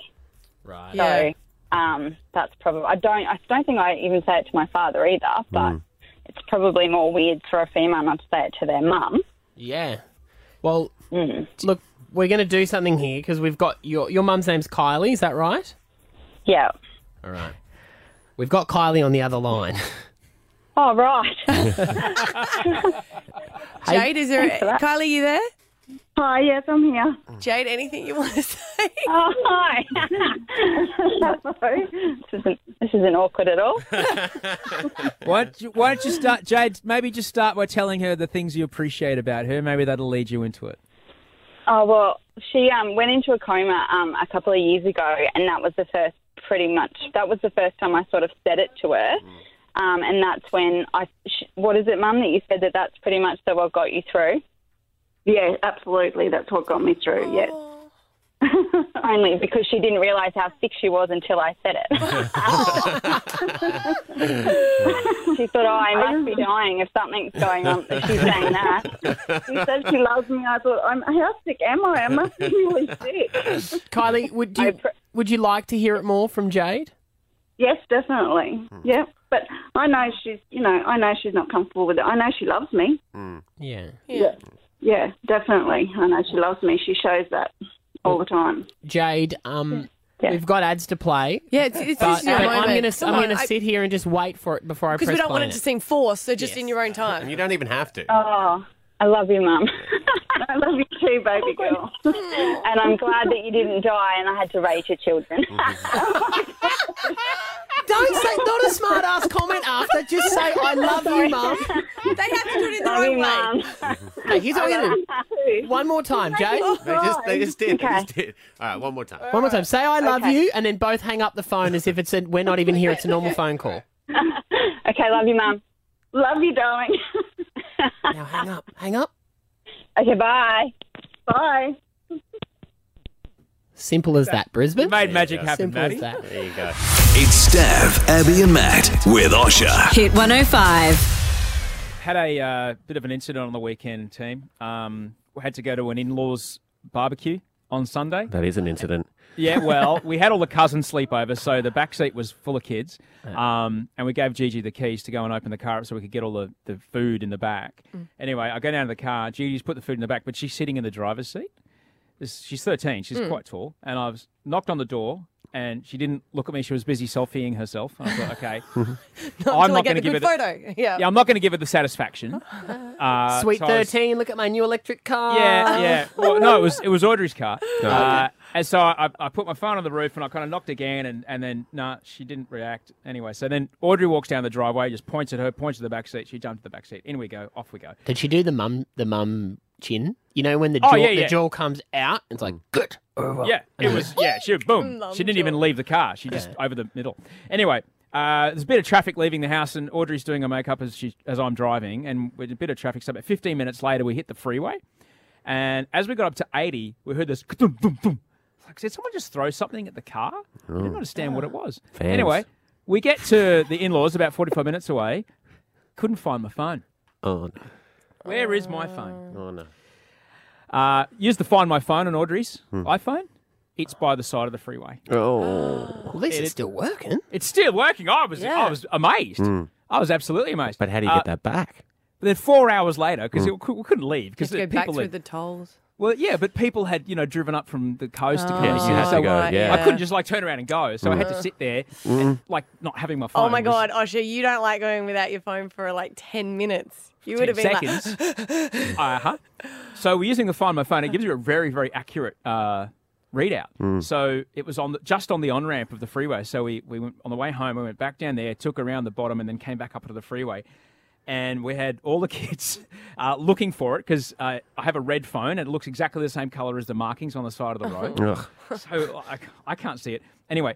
S2: Right.
S20: So Um, that's probably. I don't. I don't think I even say it to my father either. But it's probably more weird for a female not to say it to their mum.
S2: Yeah. Well,
S21: Mm.
S2: look, we're going to do something here because we've got your your mum's name's Kylie. Is that right?
S20: Yeah.
S2: All right. We've got Kylie on the other line.
S20: Oh right.
S3: Jade, is there?
S20: Thanks for that.
S3: Kylie, you there?
S21: Hi, yes, I'm here.
S14: Mm.
S3: Jade, anything you want to say?
S21: Oh, hi.
S20: This isn't. This isn't awkward at all.
S5: Why don't, you, why don't you start, Jade? Maybe just start by telling her the things you appreciate about her. Maybe that'll lead you into it.
S20: Oh well, she um, went into a coma um, a couple of years ago, and that was the first pretty much. That was the first time I sort of said it to her, um, and that's when I. Sh- what is it, Mum? That you said that that's pretty much the what got you through.
S21: Yeah, absolutely. That's what got me through. Yes.
S20: Only because she didn't realise how sick she was until I said it. she thought, "Oh, I must be dying if something's going on." If she's saying that.
S21: She said she loves me. I thought, I'm, how sick am I? I must be really sick.
S2: Kylie, would you would you like to hear it more from Jade?
S21: Yes, definitely. Yeah, but I know she's, you know, I know she's not comfortable with it. I know she loves me.
S14: Mm.
S2: Yeah.
S21: Yeah. Yeah, definitely. I know she loves me. She shows that all the time.
S2: Jade, um, we've got ads to play.
S3: Yeah, it's- it's-
S2: but,
S3: this is your
S2: but I'm
S3: moment.
S2: going to
S3: Come
S2: I'm
S3: on,
S2: going to
S3: I-
S2: sit here and just wait for it before I press
S3: Because we don't want
S2: play
S3: it to seem forced, so just in your own time.
S14: You don't even have to.
S20: Oh, I love you, Mum.
S21: I love you too,
S2: Oh,
S21: baby girl.
S20: and I'm glad that you didn't die and I had to raise your children.
S2: Don't say not a smart ass comment after. Just say I love you, mum.
S3: They have to do it in their
S20: Love
S3: own
S20: you,
S3: way.
S2: Hey, here's what we're going to do. One more time, Jade.
S14: They just, they just did. They just did. All right, one more time.
S2: One more time. Say I love you, and then both hang up the phone as if it's a, we're not even here. It's a normal phone call.
S20: okay, love you, Mum.
S21: Love you, darling.
S2: now hang up. Hang up.
S20: Okay, bye.
S21: Bye.
S2: Simple as that, Brisbane.
S5: made magic happen,
S2: Simple
S5: Maddie.
S2: as that.
S5: There you go.
S10: It's Stav, Abby, and Matt with Osha.
S5: Hit 105. Had a uh, bit of an incident on the weekend, team. Um, we had to go to an in laws barbecue on Sunday.
S14: That is an incident.
S5: Yeah, well, we had all the cousins sleep over, so the back seat was full of kids. Um, and we gave Gigi the keys to go and open the car up so we could get all the, the food in the back.
S12: Mm.
S5: Anyway, I go down to the car. Gigi's put the food in the back, but she's sitting in the driver's seat. This- She's 13, she's
S12: Mm.
S5: quite tall. And I was knocked on the door, and she didn't look at me. She was busy selfieing herself. And I thought, okay,
S3: Not until I get
S5: gonna
S3: a good
S5: it.
S3: photo. Yeah.
S5: Yeah, I'm not going to give her the satisfaction. Uh,
S2: Sweet
S5: so I was-
S2: thirteen. Look at my new electric car.
S5: yeah, yeah. Well, no, it was it was Audrey's car.
S2: Oh,
S5: Uh,
S2: okay.
S5: and so I, I put my phone on the roof and I kind of knocked again, and, and then, nah, she didn't react. Anyway, so then Audrey walks down the driveway, just points at her, points at the back seat. She jumped to the back seat. In we go, off we go.
S2: Did she do the mum the mum chin? You know when the jaw
S5: Oh, yeah, yeah.
S2: the jaw comes out. It's like good. over.
S5: Yeah, it was, yeah, she, boom.
S2: Mum
S5: She didn't even leave the car. She just over the middle. Anyway. Uh, there's a bit of traffic leaving the house, and Audrey's doing her makeup as she as I'm driving, and with a bit of traffic. So about 15 minutes later, we hit the freeway, and as we got up to 80, we heard this. thump, thump, thump. It's Like, did someone just throw something at the car? I didn't
S12: Oh.
S5: understand what it was.
S12: Fans.
S5: Anyway, we get to the in-laws about 45 minutes away. Couldn't find my phone.
S14: Oh,
S5: Where is my phone?
S14: Oh no.
S5: Uh, used to find my phone on Audrey's
S14: Hmm.
S5: iPhone. It's by the side of the freeway.
S14: Oh.
S2: At least it's still working.
S5: It's still working. I was
S2: Yeah.
S5: I was amazed.
S14: Mm.
S5: I was absolutely amazed.
S14: But how do you
S5: Uh,
S14: get that back?
S5: But then four hours later, because
S14: Mm.
S5: we couldn't leave because
S3: Just go
S5: people
S3: back through
S5: had-
S3: the tolls.
S5: Well, yeah, but people had you know driven up from the coast to
S3: Oh,
S5: come.
S3: Yeah, you had to
S5: So
S3: go, right, yeah.
S5: I couldn't just like turn around and go, so I had to
S14: Hmm.
S3: Mm.
S5: sit there,
S14: Mm.
S5: like not having my phone.
S3: Oh my
S5: was-
S3: God, Osha, you don't like going without your phone for like 10 minutes. You would have
S5: 10
S3: been like,
S5: seconds. uh huh. So we're using the Find My Phone. It gives you a very, very accurate uh, readout.
S12: Mm.
S5: So it was on the, just on the on ramp of the freeway. So we, we went on the way home. We went back down there, took around the bottom, and then came back up to the freeway. And we had all the kids uh, looking for it because uh, I have a red phone and it looks exactly the same color as the markings on the side of the road.
S14: Ugh.
S5: so I, I can't see it. Anyway,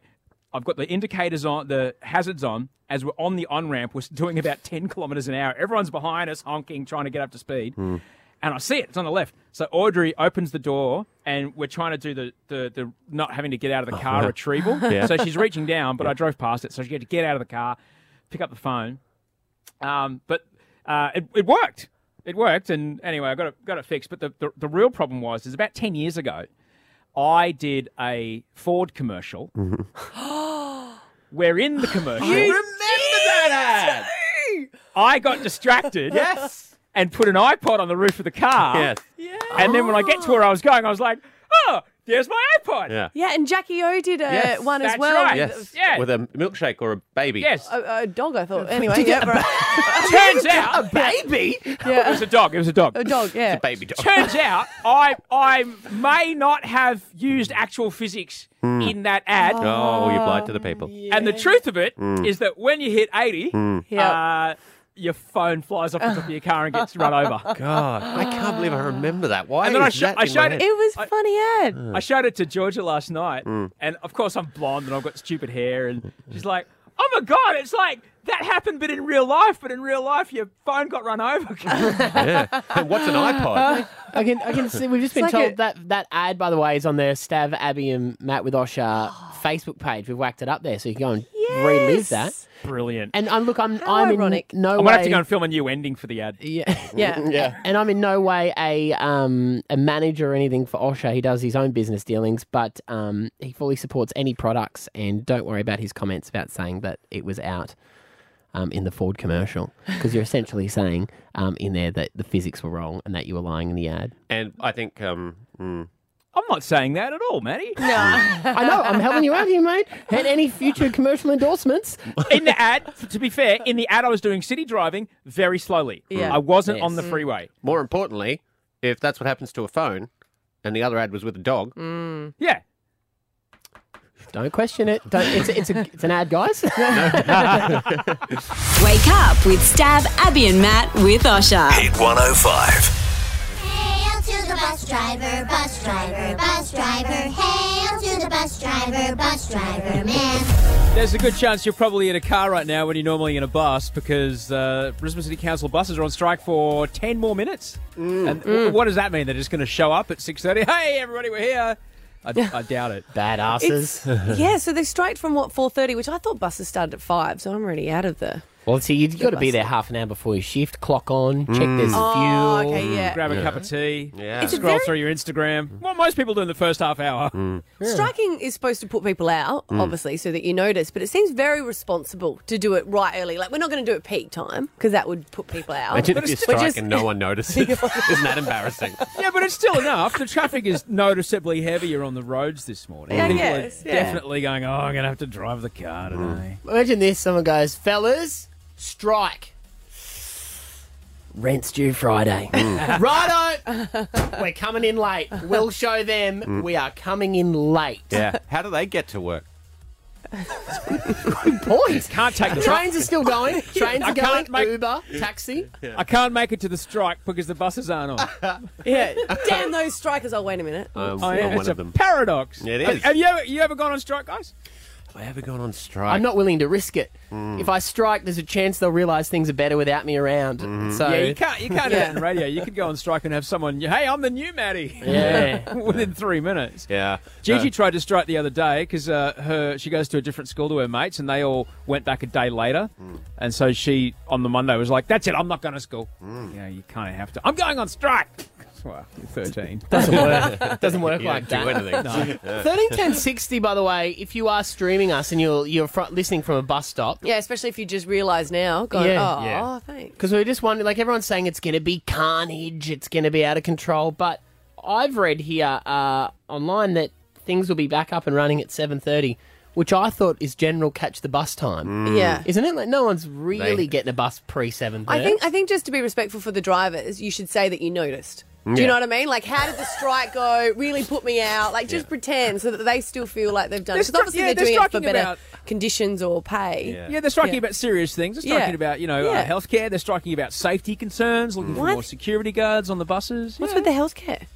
S5: I've got the indicators on, the hazards on. As we're on the on ramp, we're doing about 10 kilometers an hour. Everyone's behind us, honking, trying to get up to speed. And I see it, it's on the left. So Audrey opens the door, and we're trying to do the, the, the not having to get out of the car
S12: Oh, yeah.
S5: retrieval.
S12: Yeah.
S5: So she's reaching down, but I drove past it. So she had to get out of the car, pick up the phone. Um, but uh, it, it worked. It worked. And anyway, I got it, got it fixed. But the, the, the real problem was, is about
S12: Mm-hmm.
S5: 10 years ago, I did a Ford commercial We're in the commercial.
S1: that
S5: I got distracted.
S1: Yes.
S5: And put an iPod on the roof of the car.
S14: Yes.
S5: And then when I get to where I was going, I was like, oh, there's my iPod.
S14: Yeah.
S3: Yeah, and Jackie O did a
S5: Yes,
S3: one as
S5: that's
S3: well.
S5: right.
S3: with-
S14: Yes. With a milkshake or a baby.
S3: A, a dog, I thought. Anyway,
S5: Did
S3: yeah,
S5: it-
S3: right.
S5: Turns out
S3: A
S5: baby.
S3: Yeah.
S5: It was a dog. It was a dog.
S3: A dog, yeah. It's a
S14: baby dog.
S5: Turns out I I may not have used actual physics
S14: Hmm.
S5: in that ad.
S14: Oh, you've lied to the people.
S5: And the truth of it is
S14: Mm.
S5: that when you hit eighty,
S14: Mm.
S5: uh, your phone flies off the top of your car and gets run over.
S14: God, I can't believe I remember that. Why
S5: And then I,
S14: is
S5: sho-
S14: that
S5: I
S14: in my
S5: showed
S14: head? Hmm.
S5: it.
S3: was funny ad.
S5: I showed it to Georgia last night,
S14: Mm.
S5: and of course I'm blonde and I've got stupid hair, and she's like, "Oh my god, it's like that happened, but in real life. But in real life, your phone got run over."
S14: yeah. What's an iPod?
S2: I can, I can see. We've just
S5: It's
S2: been
S5: like
S2: told
S5: a-
S2: that that ad, by the way, is on their Stav, Abby, and Matt with Osha Facebook page. We've whacked it up there, so you can go and relive that.
S5: Brilliant.
S2: And I'm look, I'm I'm
S5: ironic.
S2: in no
S5: I'm
S2: way.
S5: gonna have to go and film a new ending for the ad.
S2: Yeah,
S5: Yeah. Mm, Yeah.
S2: And I'm in no way a um a manager or anything for Osha. He does his own business dealings, but um he fully supports any products. And don't worry about his comments about saying that it was out um in the Ford commercial because you're essentially saying um in there that the physics were wrong and that you were lying in the ad.
S14: And I think. Um, mm.
S5: I'm not saying that at all, Matty. No,
S2: I know. I'm helping you out here, mate. And any future commercial endorsements?
S5: in the ad, to be fair, in the ad I was doing city driving very slowly.
S2: Yeah.
S5: I wasn't
S2: Yes.
S5: on the
S2: Mm.
S5: freeway.
S14: More importantly, if that's what happens to a phone, and the other ad was with a dog.
S3: Mm.
S5: Yeah.
S2: Don't question it. Don't. It's a, it's a, it's an ad, guys.
S13: Wake up with Stab, Abby, and Matt with Osha.
S10: Hit 105.
S6: Hail to the bus driver, bus driver, bus driver. Hail to the bus driver, bus driver man.
S22: There's a good chance you're probably in a car right now when you're normally in a bus because uh, Brisbane City Council buses are on strike for 10 more minutes.
S3: Mm.
S22: And w- what does that mean? They're just going to show up at 6.30? Hey, everybody, we're here. I, I doubt it.
S3: It's- yeah, so they striked from what four thirty, which I thought buses started at five, so I'm already out of the.
S2: Well, see, you've got to be
S3: bus.
S2: there half an hour before your shift. Clock on. Check there's
S5: Mm.
S3: Oh,
S2: fuel.
S3: okay, yeah.
S5: Grab a
S2: Yeah.
S5: cup of tea.
S14: Yeah.
S3: It's a
S5: Scroll
S3: very- Mm.
S5: through your Instagram. What most people do in the first half hour.
S3: Striking is supposed to put people out,
S5: Mm.
S3: obviously, so that you notice, but it seems very responsible to do it right early. Like, we're not going to do it peak time because that would put people out.
S14: Imagine
S3: But
S14: if you
S3: it's-
S14: strike
S3: we're just-
S14: and no one notices. Isn't that embarrassing?
S22: Yeah, but it's still enough. The traffic is noticeably heavier on the roads this morning.
S2: Yeah, I
S22: People are
S2: guess, yeah.
S22: definitely going, oh, I'm going to have to drive the car
S3: Mm.
S22: today.
S2: Imagine this. Someone goes, fellas, strike. Rent's due Friday. Righto. We're coming in late. We'll show them
S14: Mm.
S2: we are coming in late.
S14: Yeah. How do they get to work?
S2: Points.
S5: Can't take the
S2: Trains are still going. Trains
S5: I
S2: are going.
S5: can't make-
S2: Uber, taxi.
S5: I can't make it to the strike because the buses aren't on.
S3: yeah. Damn those strikers. Oh, wait a minute.
S14: I'm-
S5: Oh,
S14: I'm
S5: yeah,
S14: one
S5: it's
S14: of
S5: a
S14: them.
S5: paradox.
S14: It
S5: Have-
S14: is.
S5: Have you ever, you ever gone on strike, guys?
S14: Have I ever gone on strike?
S2: I'm not willing to risk it.
S14: Mm.
S2: If I strike, there's a chance they'll realise things are better without me around. So
S5: Mm-hmm. yeah, you can't you can't do
S2: Yeah.
S5: that on radio. You could go on strike and have someone. Hey, I'm the new Maddie.
S2: Yeah.
S5: within three minutes.
S14: Yeah.
S5: Gigi
S14: No.
S5: tried to strike the other day because uh, her she goes to a different school to her mates, and they all went back a day later, and so she on the Monday was like, "That's it, I'm not going to school. Yeah, you kind of have to. I'm going on strike." Well, you're 13
S2: Doesn't work. Doesn't work
S5: You
S2: like
S5: don't do
S2: that.
S5: anything. No. Yeah.
S2: Thirteen ten sixty. By the way, if you are streaming us and you're you're fr- listening from a bus stop,
S3: Yeah, especially if you just realise now, going,
S2: Yeah.
S3: oh,
S2: Yeah.
S3: thanks.
S2: because we were just wondering, like everyone's saying, it's going to be carnage, it's going to be out of control. But I've read here uh, online that things will be back up and running at seven thirty. Which I thought is general catch the bus time.
S3: Mm. Yeah.
S2: isn't it? Like no one's really getting a bus pre seven thirty.
S3: I think I think just to be respectful for the drivers, you should say that you noticed. Do you
S2: Yeah.
S3: know what I mean? Like, how did the strike go? Really put me out. Like, just pretend so that they still feel like they've done.
S5: They're
S3: Because obviously
S5: stri- yeah,
S3: they're doing
S5: they're
S3: it for
S5: striking
S3: better
S5: about-
S3: conditions or pay.
S5: Yeah, they're striking about serious things. They're striking
S3: Yeah.
S5: about you know uh,
S3: Yeah.
S5: healthcare. They're striking about safety concerns, looking for
S3: What?
S5: more security guards on the buses.
S3: What's with the healthcare?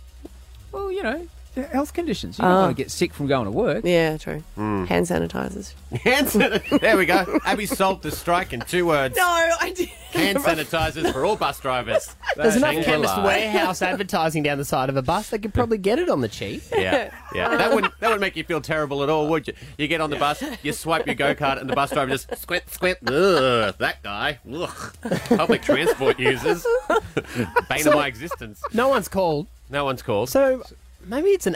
S5: Well, you know, the health conditions. You don't
S3: Oh.
S5: want to get sick from going to work.
S3: Yeah, true.
S14: Hmm.
S3: Hand sanitizers.
S14: Hand sanitizer. There we go. Abby solved the strike in two words.
S3: No, I did.
S14: Hand sanitizers for all bus drivers.
S2: There's enough
S14: Change the
S2: chemist
S14: line.
S2: warehouse advertising down the side of a bus. They could probably get it on the cheap.
S14: Yeah, yeah. That wouldn't that would make you feel terrible at all, would you? You get on the bus, you swipe your go kart, and the bus driver just squint, squint. Ugh, that guy. Ugh. Public transport users. Bane of my existence.
S2: No one's called.
S14: No one's called.
S2: So maybe it's an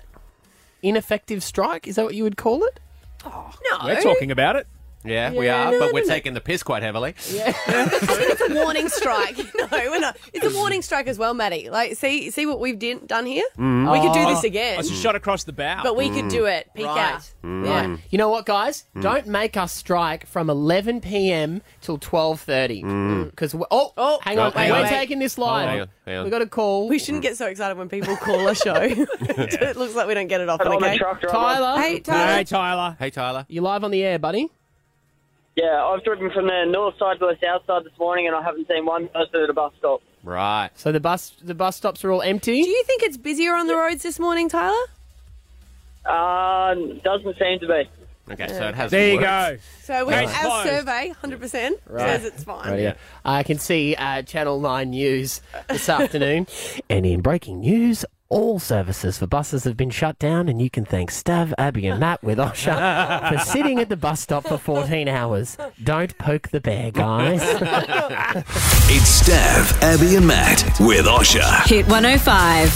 S2: ineffective strike. Is that what you would call it?
S3: No.
S5: We're talking about it.
S14: Yeah, we
S2: Yeah.
S14: are,
S2: No,
S14: but we're
S2: no, no.
S14: taking the piss quite heavily.
S3: it's a warning strike. No, we're not. It's a warning strike as well, Maddie. Like, see, see what we've din- done here.
S2: Mm.
S3: We could do
S2: Oh.
S3: this again.
S2: Oh, it's a shot across the bow.
S3: But we could
S2: Mm.
S3: do it. Peek
S2: Right.
S3: out.
S2: Right.
S3: Mm.
S2: You know what, guys? Don't make us strike from 11 p.m. till 12:30 because oh, oh, hang on,
S14: Oh, hang
S2: we're
S14: on.
S2: taking this live.
S14: Hang Mm. on, hang on.
S2: We got a call.
S3: We shouldn't get so excited when people call a show. it looks like we don't get it often.
S2: I'm a
S3: Okay,
S2: truck driver. Tyler.
S3: Hey, Tyler.
S14: Tyler. Hey, Tyler.
S2: You live on the air, buddy?
S4: Yeah, I've driven from the north side to the south side this morning, and I haven't seen one person at a bus stop.
S14: Right.
S2: So the bus the bus stops are all empty.
S3: Do you think it's busier on the roads this morning, Tyler?
S4: Uh, doesn't seem to be.
S14: Okay, so it has.
S2: There you
S14: worked.
S3: So we
S2: Right.
S3: our
S2: Closed.
S3: survey, hundred percent
S2: Right.
S3: says it's fine.
S2: Right, yeah. I can see uh, Channel 9 News this afternoon. And in breaking news, all services for buses have been shut down, and you can thank Stav, Abby, and Matt with Osha for sitting at the bus stop for 14 hours. Don't poke the bear, guys.
S10: It's Stav, Abby, and Matt with Osha.
S13: Hit 105.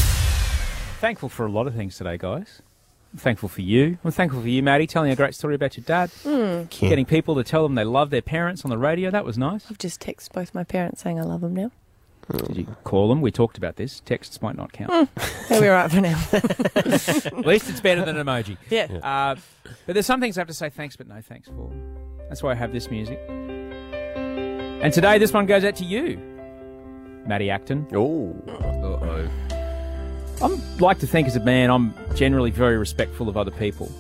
S5: Thankful for a lot of things today, guys. I'm thankful for you. I'm thankful for you, Maddie, telling a great story about your dad.
S3: Mm.
S5: Getting people to tell them they love their parents on the radio. That was nice.
S3: I've just texted both my parents saying I love them now.
S5: Did you call them? We talked about this. Texts might not count.
S3: So we're all Hmm. right for now.
S5: At least it's better than an emoji.
S3: Yeah.
S5: Uh, but there's some things I have to say thanks, but no thanks for. That's why I have this music. And today, this one goes out to you, Matty Acton.
S14: Oh.
S5: Uh-oh. I'm like to think as a man, I'm generally very respectful of other people,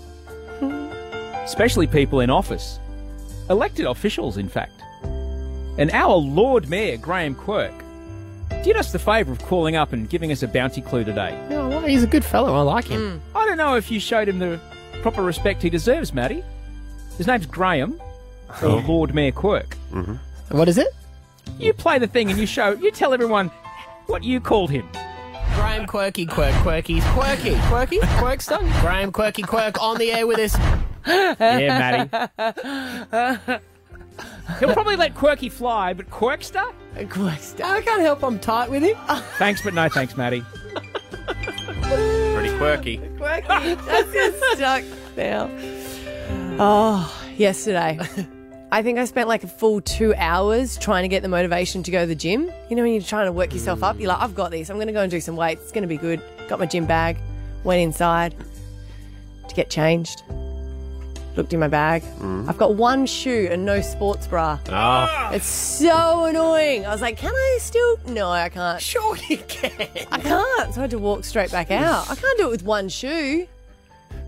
S5: especially people in office, elected officials, in fact. And our Lord Mayor, Graham Quirk, did us the favour of calling up and giving us a bounty clue today.
S2: Yeah, well, he's a good fellow. I like him.
S3: Mm. Hmm.
S5: I don't know if you showed him the proper respect he deserves, Matty. His name's Graham,
S14: Oh.
S5: or Lord Mayor Quirk.
S14: Mm-hmm.
S2: What is it?
S5: You play the thing and you show, you tell everyone what you called him.
S2: Graham Quirky Quirk Quirky's Quirky Quirky Quirkster. Graham Quirky Quirk on the air with us.
S5: Yeah, Matty. He'll probably let Quirky fly, but Quirkster?
S2: Quirkster. I can't help I'm tight with him.
S5: Thanks, but no thanks, Matty.
S14: Pretty quirky.
S3: Quirky. That's just stuck now. Oh, yesterday. I think I spent like a full two hours trying to get the motivation to go to the gym. You know, when you're trying to work yourself up, you're like, I've got this. I'm going to go and do some weights. It's going to be good. Got my gym bag. Went inside to get changed. Looked in my bag.
S2: Mm.
S3: I've got one shoe and no sports bra.
S14: Oh.
S3: It's so annoying. I was like, can I still? No, I can't. Sure, you can. I can't. So I had to walk straight back out. I can't do it with one shoe.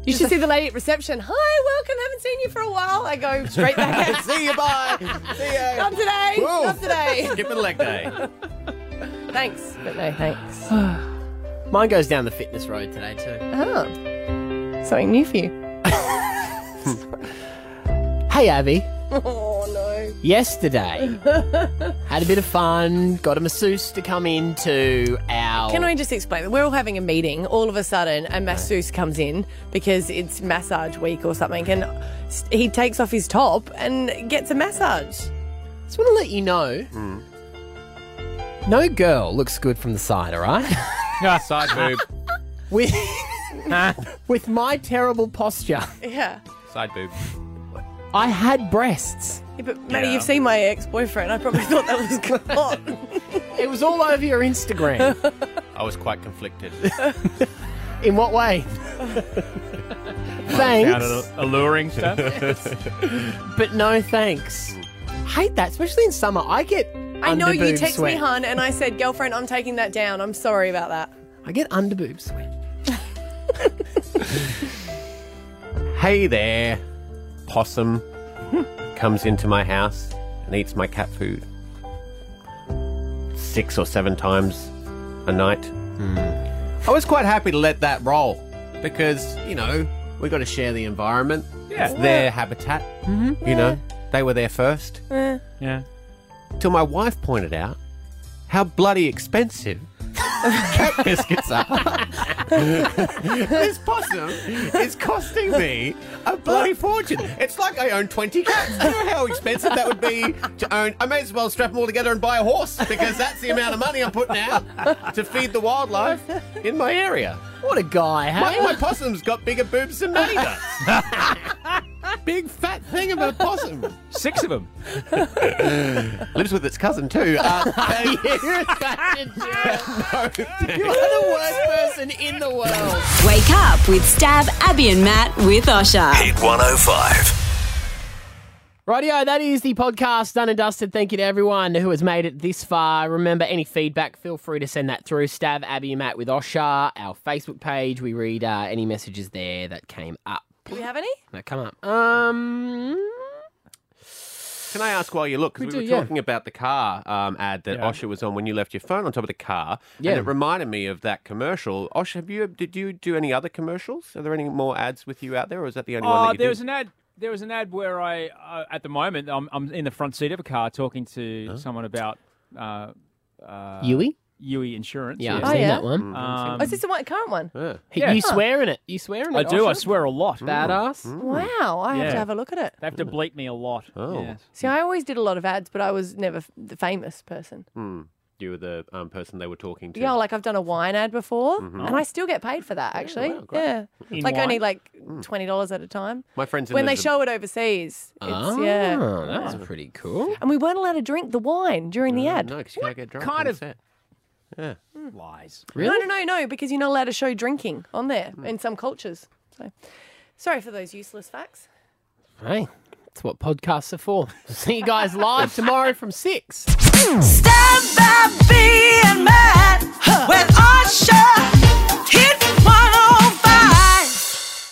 S3: You should see the lady at reception. Hi, welcome. Haven't seen you for a while. I go straight back out.
S14: see you. Bye. See ya.
S3: Not today.
S14: Whoa.
S3: Not today.
S14: Give it a leg day.
S3: Thanks, but no thanks.
S2: Mine goes down the fitness road today too.
S3: Oh, something new for you.
S2: Hey, Abby.
S3: Oh
S2: Yesterday,
S3: no.
S2: had a bit of fun. Got a masseuse to come into our.
S3: Can I just explain? We're all having a meeting. All of a sudden, a masseuse comes in because it's massage week or something, and s- he takes off his top and gets a massage.
S2: Just want to let you know. No girl looks good from the side, all
S5: Ah,
S2: right?
S14: Side boob.
S2: with, with my terrible posture,
S3: Yeah.
S14: Side boob.
S2: I had breasts.
S3: yeah but Maddie,
S2: Yeah.
S3: you've seen my ex-boyfriend. I probably thought that was good.
S2: it was all over your Instagram.
S14: I was quite conflicted.
S2: In what way?
S14: Found
S2: thanks,
S14: it
S5: alluring stuff.
S2: but no thanks. Hate that, especially in summer. I get.
S3: I know you
S2: underboob
S3: text
S2: sweat.
S3: me, hun, and I said, girlfriend, I'm taking that down. I'm sorry about that.
S2: I get underboob sweat.
S14: hey there, possum comes into my house and eats my cat food six or seven times a night. I was quite happy to let that roll because, you know, we got to share the environment.
S2: Yeah.
S14: It's their habitat. Mm-hmm. You know, they were there first.
S3: Eh.
S5: Yeah.
S14: Till my wife pointed out how bloody expensive cat biscuits are. this possum is costing me a bloody fortune. It's like I own 20 cats. Do you know how expensive that would be to own? I may as well strap them all together and buy a horse because that's the amount of money I'm putting out to feed the wildlife in my area.
S2: What a guy,
S14: My,
S2: hey?
S14: my possum's got bigger boobs than mine does. big fat thing of a possum.
S5: Six of them.
S14: Lives with its cousin too. Uh,
S2: You are the worst person in the world.
S13: Wake up with Stab, Abby and Matt with Osha.
S10: Hit 105.
S2: Rightio, that is the podcast done and dusted. Thank you to everyone who has made it this far. Remember, any feedback, feel free to send that through. Stav, Abby, and Matt with Osha, our Facebook page. We read uh, any messages there that came up.
S3: Do we have any?
S2: Now, come up. Um,
S14: Can I ask while you look? Because we,
S2: We
S14: were
S2: do, yeah.
S14: talking about the car um, ad that Osha was on when you left your phone on top of the car,
S2: Yeah.
S14: and it reminded me of that commercial. Osha, have you did you do any other commercials? Are there any more ads with you out there, or is that the only one?
S5: Oh,
S14: that you
S5: there
S14: did?
S5: was an ad. There was an ad where I, uh, at the moment, I'm, I'm in the front seat of a car talking to someone about uh, uh,
S2: Yui?
S5: Yui Insurance.
S2: Yeah, I've Oh, seen yeah? that one.
S14: Mm-hmm.
S5: Um,
S3: oh, is this the one, current one?
S5: Yeah.
S2: You swear in it. You swear in it.
S5: I do. I
S2: Osha?
S5: swear a lot.
S2: Badass.
S3: Wow, I have
S5: Yeah.
S3: to have a look at it.
S5: They have to bleep me a lot.
S14: Oh.
S5: Yes.
S3: See, I always did a lot of ads, but I was never f- the famous person.
S14: Hmm. You were the um, person they were talking to.
S3: Yeah, like I've done a wine ad before,
S14: Mhm.
S3: and I still get paid for that actually. Yeah,
S14: In
S3: like only
S14: wine?
S3: like twenty dollars at a time.
S14: My friends in
S3: when
S14: the-
S3: they show it overseas, it's
S2: Oh,
S14: Ah,
S3: yeah.
S2: that's pretty cool.
S3: And we weren't allowed to drink the wine during the ad.
S14: No, because you can't get drunk.
S3: Kind
S14: on
S3: of-
S14: set. Yeah.
S5: Lies.
S3: No, no, no, no, because you're not allowed to show drinking on there
S14: Hmm.
S3: in some cultures. So, sorry for those useless facts.
S2: Hey, that's what podcasts are for. See you guys live tomorrow from 6.
S13: Stab, Abby and Matt. Wake